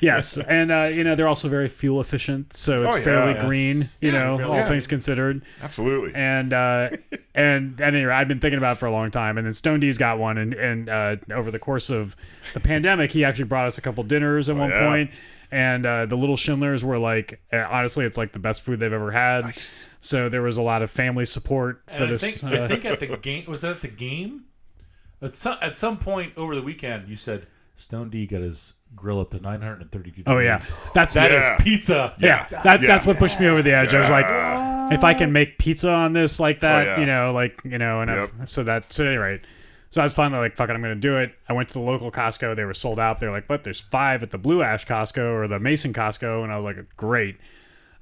A: yes, and uh, you know they're also very fuel efficient, so it's
C: Oh, yeah.
A: fairly
C: Yes.
A: green. You know,
B: really
A: all
B: good.
A: things considered.
C: absolutely.
A: and uh, and anyway, I've been thinking about it for a long time. And then Stone D's got one, and and uh, over the course of the pandemic, he actually brought us a couple dinners at one
C: Oh, yeah.
A: point. And uh, the little Schindlers were like, uh, honestly, it's like the best food they've ever had. So there was a lot of family support for
B: And I
A: this.
B: think
A: uh,
B: I think at the game was that at the game. At some at some point over the weekend, you said Stone D got his grill up to 932.
A: oh yeah, that's
B: that is
C: Yeah.
B: pizza.
A: yeah,
C: Yeah.
A: that's
C: Yeah.
A: that's what pushed me over the edge. I was
C: Yeah.
A: like, if I can make pizza on this like that,
C: Oh, yeah.
A: you know, like you know, and I- so that so at any rate, so I was finally like, fuck it, I'm gonna do it. I went to the local Costco. They were sold out. They're like, but there's five at the Blue Ash Costco or the Mason Costco, and I was like, great.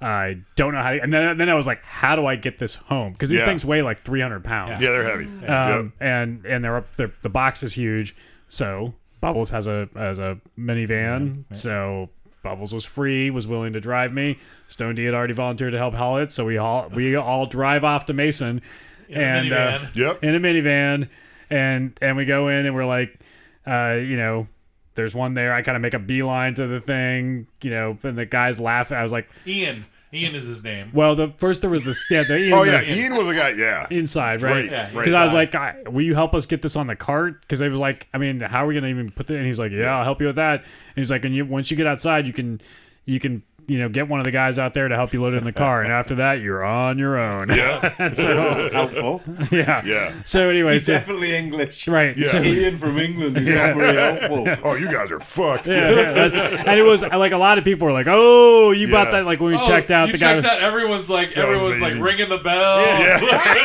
A: I don't know how. To, and then then I was like, how do I get this home? Because these
C: Yeah.
A: things weigh like 300 pounds.
C: yeah, they're heavy.
A: Um, and and they're up. They're, the box is huge. So Bubbles has a has a minivan. So Bubbles was free, was willing to drive me. Stone D had already volunteered to help haul it, so we all we all drive off to Mason,
B: a
A: and uh,
B: minivan.
C: yep. Yep.
A: in a minivan, and and we go in and we're like, uh, you know. There's one there. I kind of make a beeline to the thing, you know, and the guy's laughing. I was like,
B: Ian. Ian is his name.
A: "Well, the first there was the yeah, the,
C: oh yeah, Ian was a guy. Yeah.
A: inside, right?
C: Right, yeah,
A: Because
C: right.
A: I was like, I, "Will you help us get this on the cart?" Because they was like, "I mean, how are we gonna even put the?" And he's like, "Yeah, I'll help you with that." And he's like, "And you, once you get outside, you can, you can, you know, get one of the guys out there to help you load it in the car, and after that, you're on your own."
C: Yeah.
D: Oh, helpful.
A: yeah.
C: Yeah.
A: So anyway,
D: He's
A: so,
D: definitely English.
A: right.
C: Yeah.
A: So,
D: Ian from England is not very helpful.
C: Oh, you guys are fucked.
A: yeah, yeah, that's- and it was like a lot of people were like, "Oh, you bought
C: Yeah.
A: that!" Like when we
B: Oh,
A: checked out,
B: you
A: the guy
B: checked
A: was
B: out. Everyone's like,
C: was
B: everyone's like
C: amazing.
B: ringing the bell. Yeah.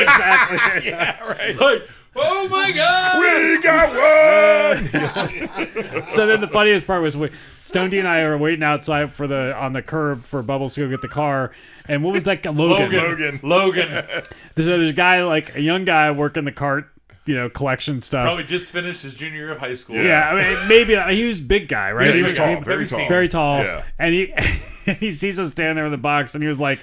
A: exactly.
B: Like, oh my god.
C: We got one.
A: so then the funniest part was we, Stone D and I are waiting outside for the on the curb for Bubbles to go get the car. And what was that guy? Logan.
C: Logan.
B: Logan
A: So there's a guy like a young guy working the cart, you know, collection stuff.
B: probably just finished his junior year of high school.
A: Yeah, I mean, maybe uh, he was big guy, right?
C: Yeah, he
A: He
C: was
A: was-
C: tall,
A: he-
C: very tall.
A: very tall.
C: Yeah.
A: And he he sees us standing there in the box, and he was like,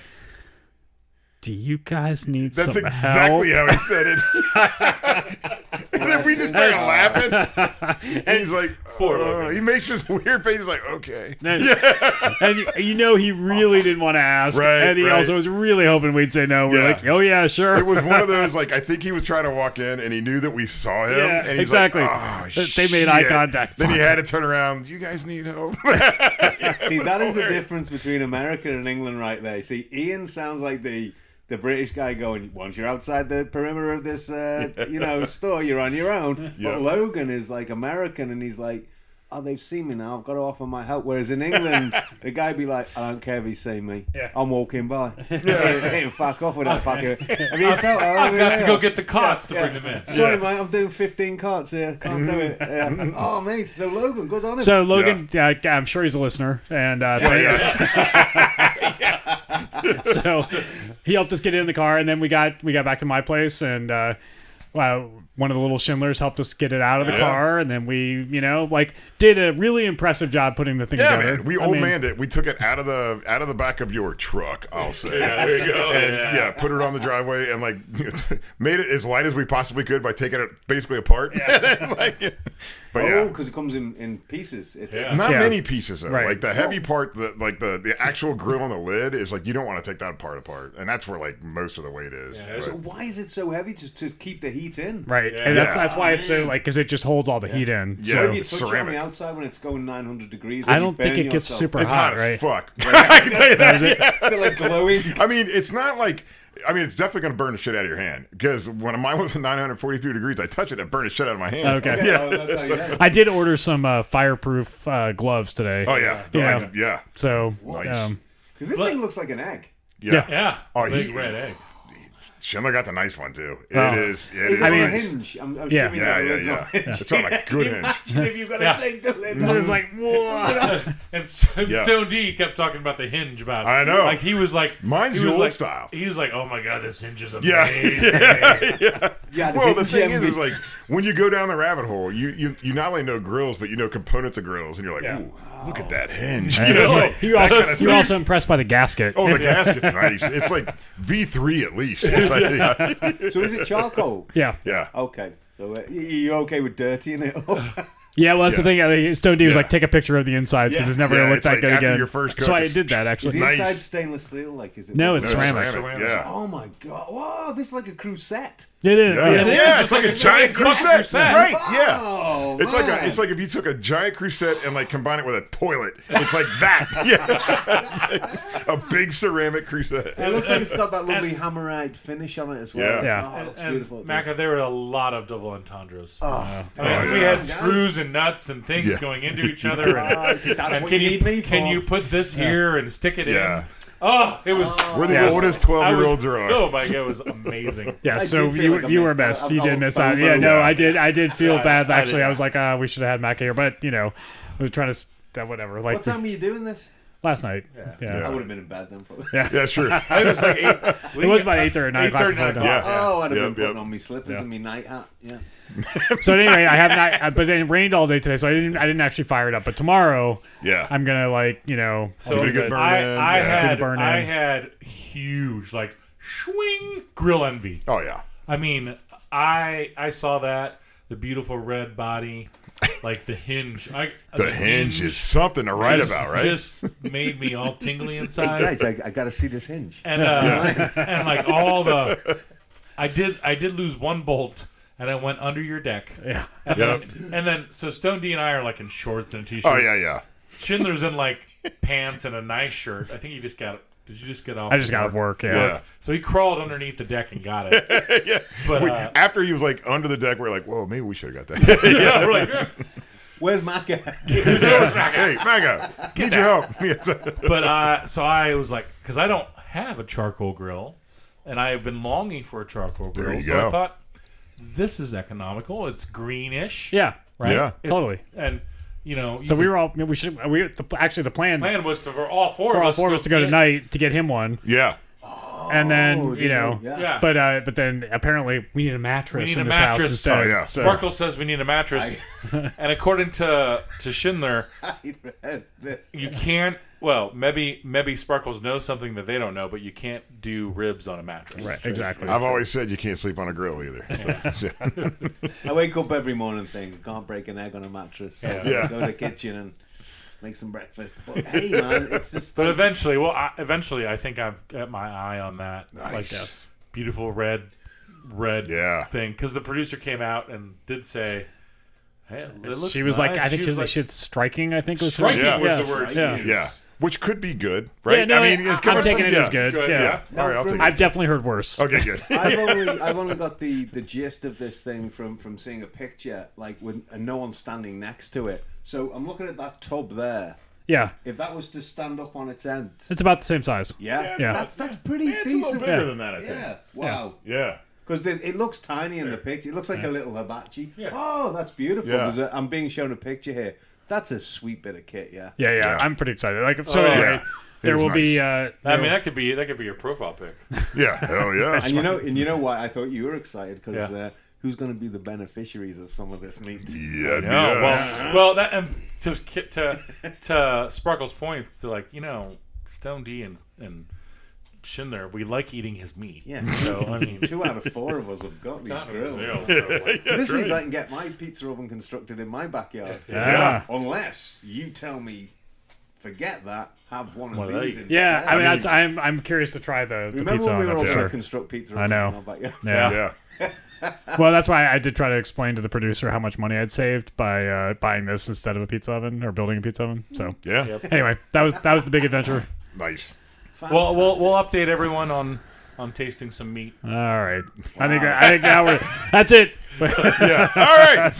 A: do you guys need
C: That's
A: some
C: exactly
A: help?
C: how he said it. and then we just started laughing. And he's like,
B: Poor
C: uh,
B: Logan.
C: he makes this weird face. He's like, okay.
A: And, and you, you know he really didn't want to ask,
C: Right,
A: and he
C: right.
A: also was really hoping we'd say no. We're
C: Yeah.
A: like, oh yeah, sure.
C: It was one of those, like, I think he was trying to walk in and he knew that we saw him.
A: Yeah,
C: and he's
A: exactly.
C: Like, oh,
A: They- they made eye
C: shit."
A: contact.
C: Then he
A: Fuck.
C: had to turn around. You guys need help.
D: See, that is the difference between America and England right there. See, Ian sounds like the the British guy going, once you're outside the perimeter of this, uh, you know, store, you're on your own.
C: Yeah.
D: But Logan is like American, and he's like, oh, they've seen me now. I've got to offer my help. Whereas in England, the guy be like, I don't care if he's seen me.
A: Yeah.
D: I'm walking by. Hey, fuck off with that fucking. Have you felt that
B: I've
D: over
B: got to
D: there?
B: go get the cots
D: Yeah.
B: to bring them in.
D: Sorry, mate. I'm doing 15 carts here. Can't do it. Yeah. Oh, mate. So Logan, good on him.
A: So Logan, uh, I'm sure he's a listener, and uh, thank- so he helped us get in the car, and then we got we got back to my place, and uh, well, one of the little Schindlers helped us get it out of the
C: Yeah.
A: car, and then we, you know, like did a really impressive job putting the thing
C: Yeah,
A: together.
C: man. We
A: I
C: old
A: mean,
C: manned it. We took it out of the out of the back of your truck. I'll say.
B: There you go.
C: and yeah. put it on the driveway and like made it as light as we possibly could by taking it basically apart. Like, but
D: Oh,
C: yeah,
D: because it comes in, in pieces. It's,
C: not
A: Yeah.
C: many pieces though.
A: Right.
C: Like the heavy part, the like the the actual grill on the lid is like you don't want to take that part apart, and that's where like most of the weight is.
B: it's-
C: But-
D: So why is it so heavy just to keep the heat in?
A: Right,
B: Yeah.
A: and that's
C: Yeah.
A: that's why it's so like because it just holds all the heat in.
C: Yeah.
A: So
D: If you
C: It's
D: touch it on
C: ceramic.
D: the outside when it's going 900 degrees,
A: I
D: it's
A: don't think
D: burning
A: it gets
D: yourself.
A: super
C: it's hot,
A: right?
C: as fuck. I can tell you that.
D: It's like glowing.
C: I mean, it's not like. I mean, it's definitely going to burn the shit out of your hand because when mine was at 943 degrees, I touch it, it burned the shit out of my hand.
A: Okay.
D: Yeah, oh, that's how you have it.
A: I did order some uh, fireproof uh, gloves today.
C: Oh yeah.
A: Yeah.
C: I- yeah.
A: So
C: Nice.
A: um,
D: 'Cause this
B: Look.
D: thing looks like an egg.
C: Yeah.
A: Yeah.
B: Yeah.
C: Oh,
B: big
C: he-
B: red egg.
C: Schindler got the nice one too. It
A: Oh.
C: is. It
D: It's
C: is
D: on
A: mean-
D: a
C: nice.
D: hinge. I'm, I'm
A: Yeah.
D: assuming
C: Yeah,
D: that the
C: yeah,
D: lid's on
C: yeah.
D: a hinge.
C: It's on a good hinge.
D: Imagine if you've got to
B: Yeah.
D: take the lid
A: I
D: off.
A: was like, whoa.
B: and S- and
C: Yeah.
B: Stone D kept talking about the hinge about.
C: I know.
B: Like he was like,
C: Mine's
B: he
C: the
B: was
C: old
B: like,
C: style.
B: He was like, oh my god, this hinge is
C: Yeah.
B: amazing.
D: yeah,
C: Well, the
D: big
C: thing
D: gem
C: is, is like when you go down the rabbit hole, you, you you not only know grills, but you know components of grills, and you're like,
A: Yeah.
C: ooh, look at that hinge. You know, like,
A: you
C: that
A: also
C: kinda
A: you were
C: stuff.
A: also impressed by the gasket.
C: Oh, the gasket's nice. It's like V3 at least. It's like, yeah.
D: big- so is it charcoal?
A: yeah.
C: yeah.
D: Okay. So uh, y- you're okay with dirtying it up?
A: Yeah, well, that's the thing. I think Stone D was
C: Yeah.
A: like, take a picture of the insides because
D: Yeah.
A: it's never
C: Yeah,
A: going to look
C: it's
A: that
C: like
A: good
C: after
A: again.
C: your first coat,
A: so I
C: it's-
A: did that
D: Is
A: actually.
D: the
C: Nice.
D: inside stainless steel? Like, is it?
A: No, it's
C: No,
A: ceramic.
B: Ceramic.
C: Yeah.
D: Oh my god! Wow, this is like a crusette.
A: It is.
C: Yeah,
A: it is.
C: Yeah,
B: It's just
C: it's, like,
B: like
C: a
B: a
C: giant
B: fucking
C: crusette.
B: crusette.
C: Right, yeah.
D: Oh,
C: It's like a,
D: man.
C: it's like if you took a giant crusette and like combine it with a toilet. It's like that. Yeah. a big ceramic crusette.
D: It looks like it's got that lovely hammerite finish on it as well.
C: Yeah.
D: It's-
A: Yeah.
D: Oh, it
B: And,
D: looks
B: and
D: beautiful.
B: Maca, there were a lot of double entendres.
D: Oh,
B: I mean,
C: Oh,
B: we
C: yeah.
B: had screws and nuts and things
C: Yeah.
B: going into each other. And,
D: oh, see, that's
B: and
D: what
B: can
D: you
B: you,
D: need me for.
B: can you put this here and stick it
C: Yeah.
B: in? Oh, it was.
C: We're the
A: Yes.
C: oldest
B: I
C: 12 year
B: was-
C: olds are on.
B: Oh my god, it was amazing.
A: Yeah,
D: I
A: so
D: do feel
A: you
D: like I
A: you were
D: missed out.
A: missed.
D: I've
A: You
D: got
A: did
D: a
A: miss out.
D: FOMO.
A: Yeah, no,
C: Yeah.
A: I did. I did feel
B: Yeah,
A: bad.
B: I- I
A: Actually,
B: did.
A: I, was like, uh, we should have had Mac here, but you know, we were trying to s- that whatever. Like
D: What time were you doing this?
A: last night. Yeah,
B: Yeah.
D: I
C: Yeah.
D: would have been in bed then. Probably.
C: Yeah, sure.
B: I was like, eight,
A: it was about eight thirty or nine o'clock.
B: 8:30,
A: before
B: 9:00.
A: dawn.
C: Yeah.
D: Oh, I'd have
C: Yep,
D: been putting
C: yep.
D: on my slippers and my night hat. Yeah.
A: So at any rate, I have not. uh, But it rained all day today, so I didn't. I didn't actually fire it up. But tomorrow,
C: Yeah.
A: I'm gonna like you know.
B: So
C: Give it a
B: I,
C: good burn in,
B: I
C: yeah.
A: Did a
B: had
A: burn
B: I
A: in.
B: had huge like swing grill envy.
C: oh, yeah.
B: I mean, I I saw that the beautiful red body, like the hinge. I,
C: The hinge is something to write
B: just-
C: about, right?
B: Just made me all tingly inside.
D: Guys, I, I got to see this hinge.
B: and uh, and like all the, I did I did lose one bolt. And I went under your deck.
A: Yeah.
B: And,
C: Yep.
B: then, and then, so Stone D and I are like in shorts and a t shirt.
C: oh, yeah, yeah.
B: Schindler's in like pants and a nice shirt. I think you just got. Did you just get off?
A: I just got off work. Yeah.
C: Yeah.
B: So he crawled underneath the deck and got it. But
C: We-
B: uh,
C: After he was like under the deck, we are like, whoa, maybe we should have got that.
B: yeah, we're like, "Yeah."
D: Where's Maca?
C: hey, Maga, need your help. Yes.
B: but uh, so I was like, because I don't have a charcoal grill, and I have been longing for a charcoal grill.
C: you
B: so I
C: go.
B: thought this is economical. It's greenish.
A: Yeah.
B: Right.
C: Yeah.
B: It's-
A: Totally.
B: And you know,
A: So we were all we should we the, actually the plan
B: plan was to for all four
A: for
B: of
A: all
B: us
A: four of us to go
B: get-
A: tonight to get him one,
C: yeah.
A: and
D: Oh,
A: then
D: did
A: you know.
D: Yeah.
B: Yeah.
A: But uh, but then apparently we need a mattress
B: We need
A: in
B: a
A: this house
B: mattress.
A: instead.
C: Oh, yeah.
A: So-
B: Sparkle says we need a mattress, and according to to Schindler,
D: I read this.
B: you can't Well, maybe maybe Sparkles knows something that they don't know, but you can't do ribs on a mattress.
A: Right, exactly.
C: I've always said you can't sleep on a grill either. So-
D: I wake up every morning and think, can't break an egg on a mattress. So
C: Yeah.
D: Go to the kitchen and make some breakfast. But hey, man, it's just.
B: But eventually, well, I, eventually, I think I've got my eye on that. Like
A: Yes.
B: beautiful red, red
C: Yeah.
B: thing. Because the producer came out and did say, "Hey, it looks
A: she was like,
B: nice."
A: I think
B: she
A: she was like, she's striking. I think was her-
B: striking
C: Yeah.
B: was
A: Yes.
B: the word. she
A: Yeah.
B: used.
C: yeah, which could be good,
A: Yeah,
C: right?
A: no, I
C: it's
A: am
C: coming
A: taking
C: from-
A: it
C: yeah.
A: as good.
B: Good.
A: Yeah.
C: Yeah. All right, I'll take
A: I've
C: it.
A: definitely heard worse.
C: Okay, good.
D: I've only I've only got the, the gist of this thing from, from seeing a picture like with and no one standing next to it. So I'm looking at that tub there.
A: Yeah,
D: If that was to stand up on its end,
A: it's about the same size.
D: yeah,
A: Yeah.
D: that's that's pretty
C: It's a little
D: decent.
C: bigger than that, I think.
D: Yeah, wow.
C: Yeah.
D: Because it looks tiny in the picture. It looks like a little hibachi. Oh, that's beautiful.
C: Yeah.
D: 'cause I'm being shown a picture here. That's a sweet bit of kit, yeah.
A: Yeah, yeah,
C: Yeah.
A: I'm pretty excited. Like, so
B: Oh,
A: anyway,
C: yeah.
A: there
C: It is
A: will be.
C: nice.
A: Uh,
B: I
A: there-
B: mean, that could be that could be your profile pic.
C: Yeah. Hell yeah.
D: And you know, and you know why I thought you were excited because
B: Yeah.
D: uh, who's going to be the beneficiaries of some of this meat?
B: No,
C: Yeah. yes.
B: well, well, that and to ki- to to Sparkle's point, to like you know, Stone D and and Schindler, we like eating his meat.
D: Yeah.
B: So I mean,
D: Two out of four of us have got these
B: not
D: grills.
B: real, so, like,
D: This means I can get my pizza oven constructed in my backyard.
A: Yeah.
C: Yeah.
D: Unless you tell me, forget that, have one of
B: One of
D: these.
B: these.
A: Yeah,
D: instead.
A: I mean, that's, I'm I'm curious to try the, the
D: remember
A: pizza
D: when we
A: on
D: were all
A: that for
D: going
A: sure.
D: to construct pizza
A: I
D: ovens
A: know.
D: in our backyard?
A: Yeah.
C: yeah.
A: Well, that's why I did try to explain to the producer how much money I'd saved by uh, buying this instead of a pizza oven or building a pizza oven. So
C: Yeah.
A: anyway, that was that was the big adventure.
C: Nice.
B: well, we'll we'll update everyone on on tasting some meat.
A: All right, I think I think now we're that's it.
C: Yeah. All right.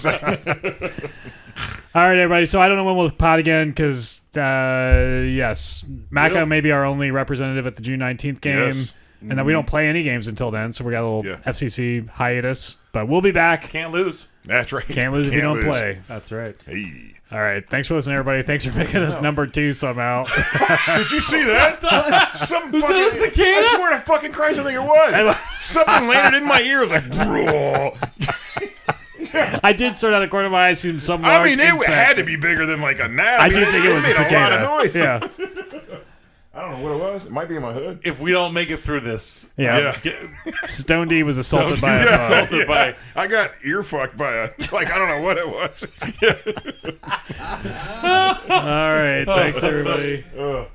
A: All right, everybody. So I don't know when we'll pod again because uh, yes, Maca
B: don't-
A: may be our only representative at the June 19th game,
C: Yes.
A: and then we don't play any games until then. So we got a little
C: Yeah.
A: FCC hiatus, but we'll be back.
B: Can't lose.
C: That's right.
A: Can't lose if you don't
C: lose.
A: play. That's right.
C: Hey.
A: All right. Thanks for listening, everybody. Thanks for making us number two somehow.
C: Did you see that? Some was fucking,
B: this cicada?
C: I swear to fucking Christ, I think it was. Something landed in my ear. I was like, bro.
A: I did sort of out of the corner of my eye see some large
C: I mean, it
A: insect.
C: had to be bigger than like a gnat.
A: I do think it was a
C: made
A: cicada.
C: A lot of noise.
A: Yeah,
C: I don't know what it was. It might be in my hood.
B: If we don't make it through this,
A: yeah.
C: Yeah.
B: get
A: Stone D was assaulted by
B: was
A: a
B: assaulted. Assaulted by-
C: I got ear fucked by a like I don't know what it was. Yeah.
A: All right. Thanks, everybody.
C: Ugh.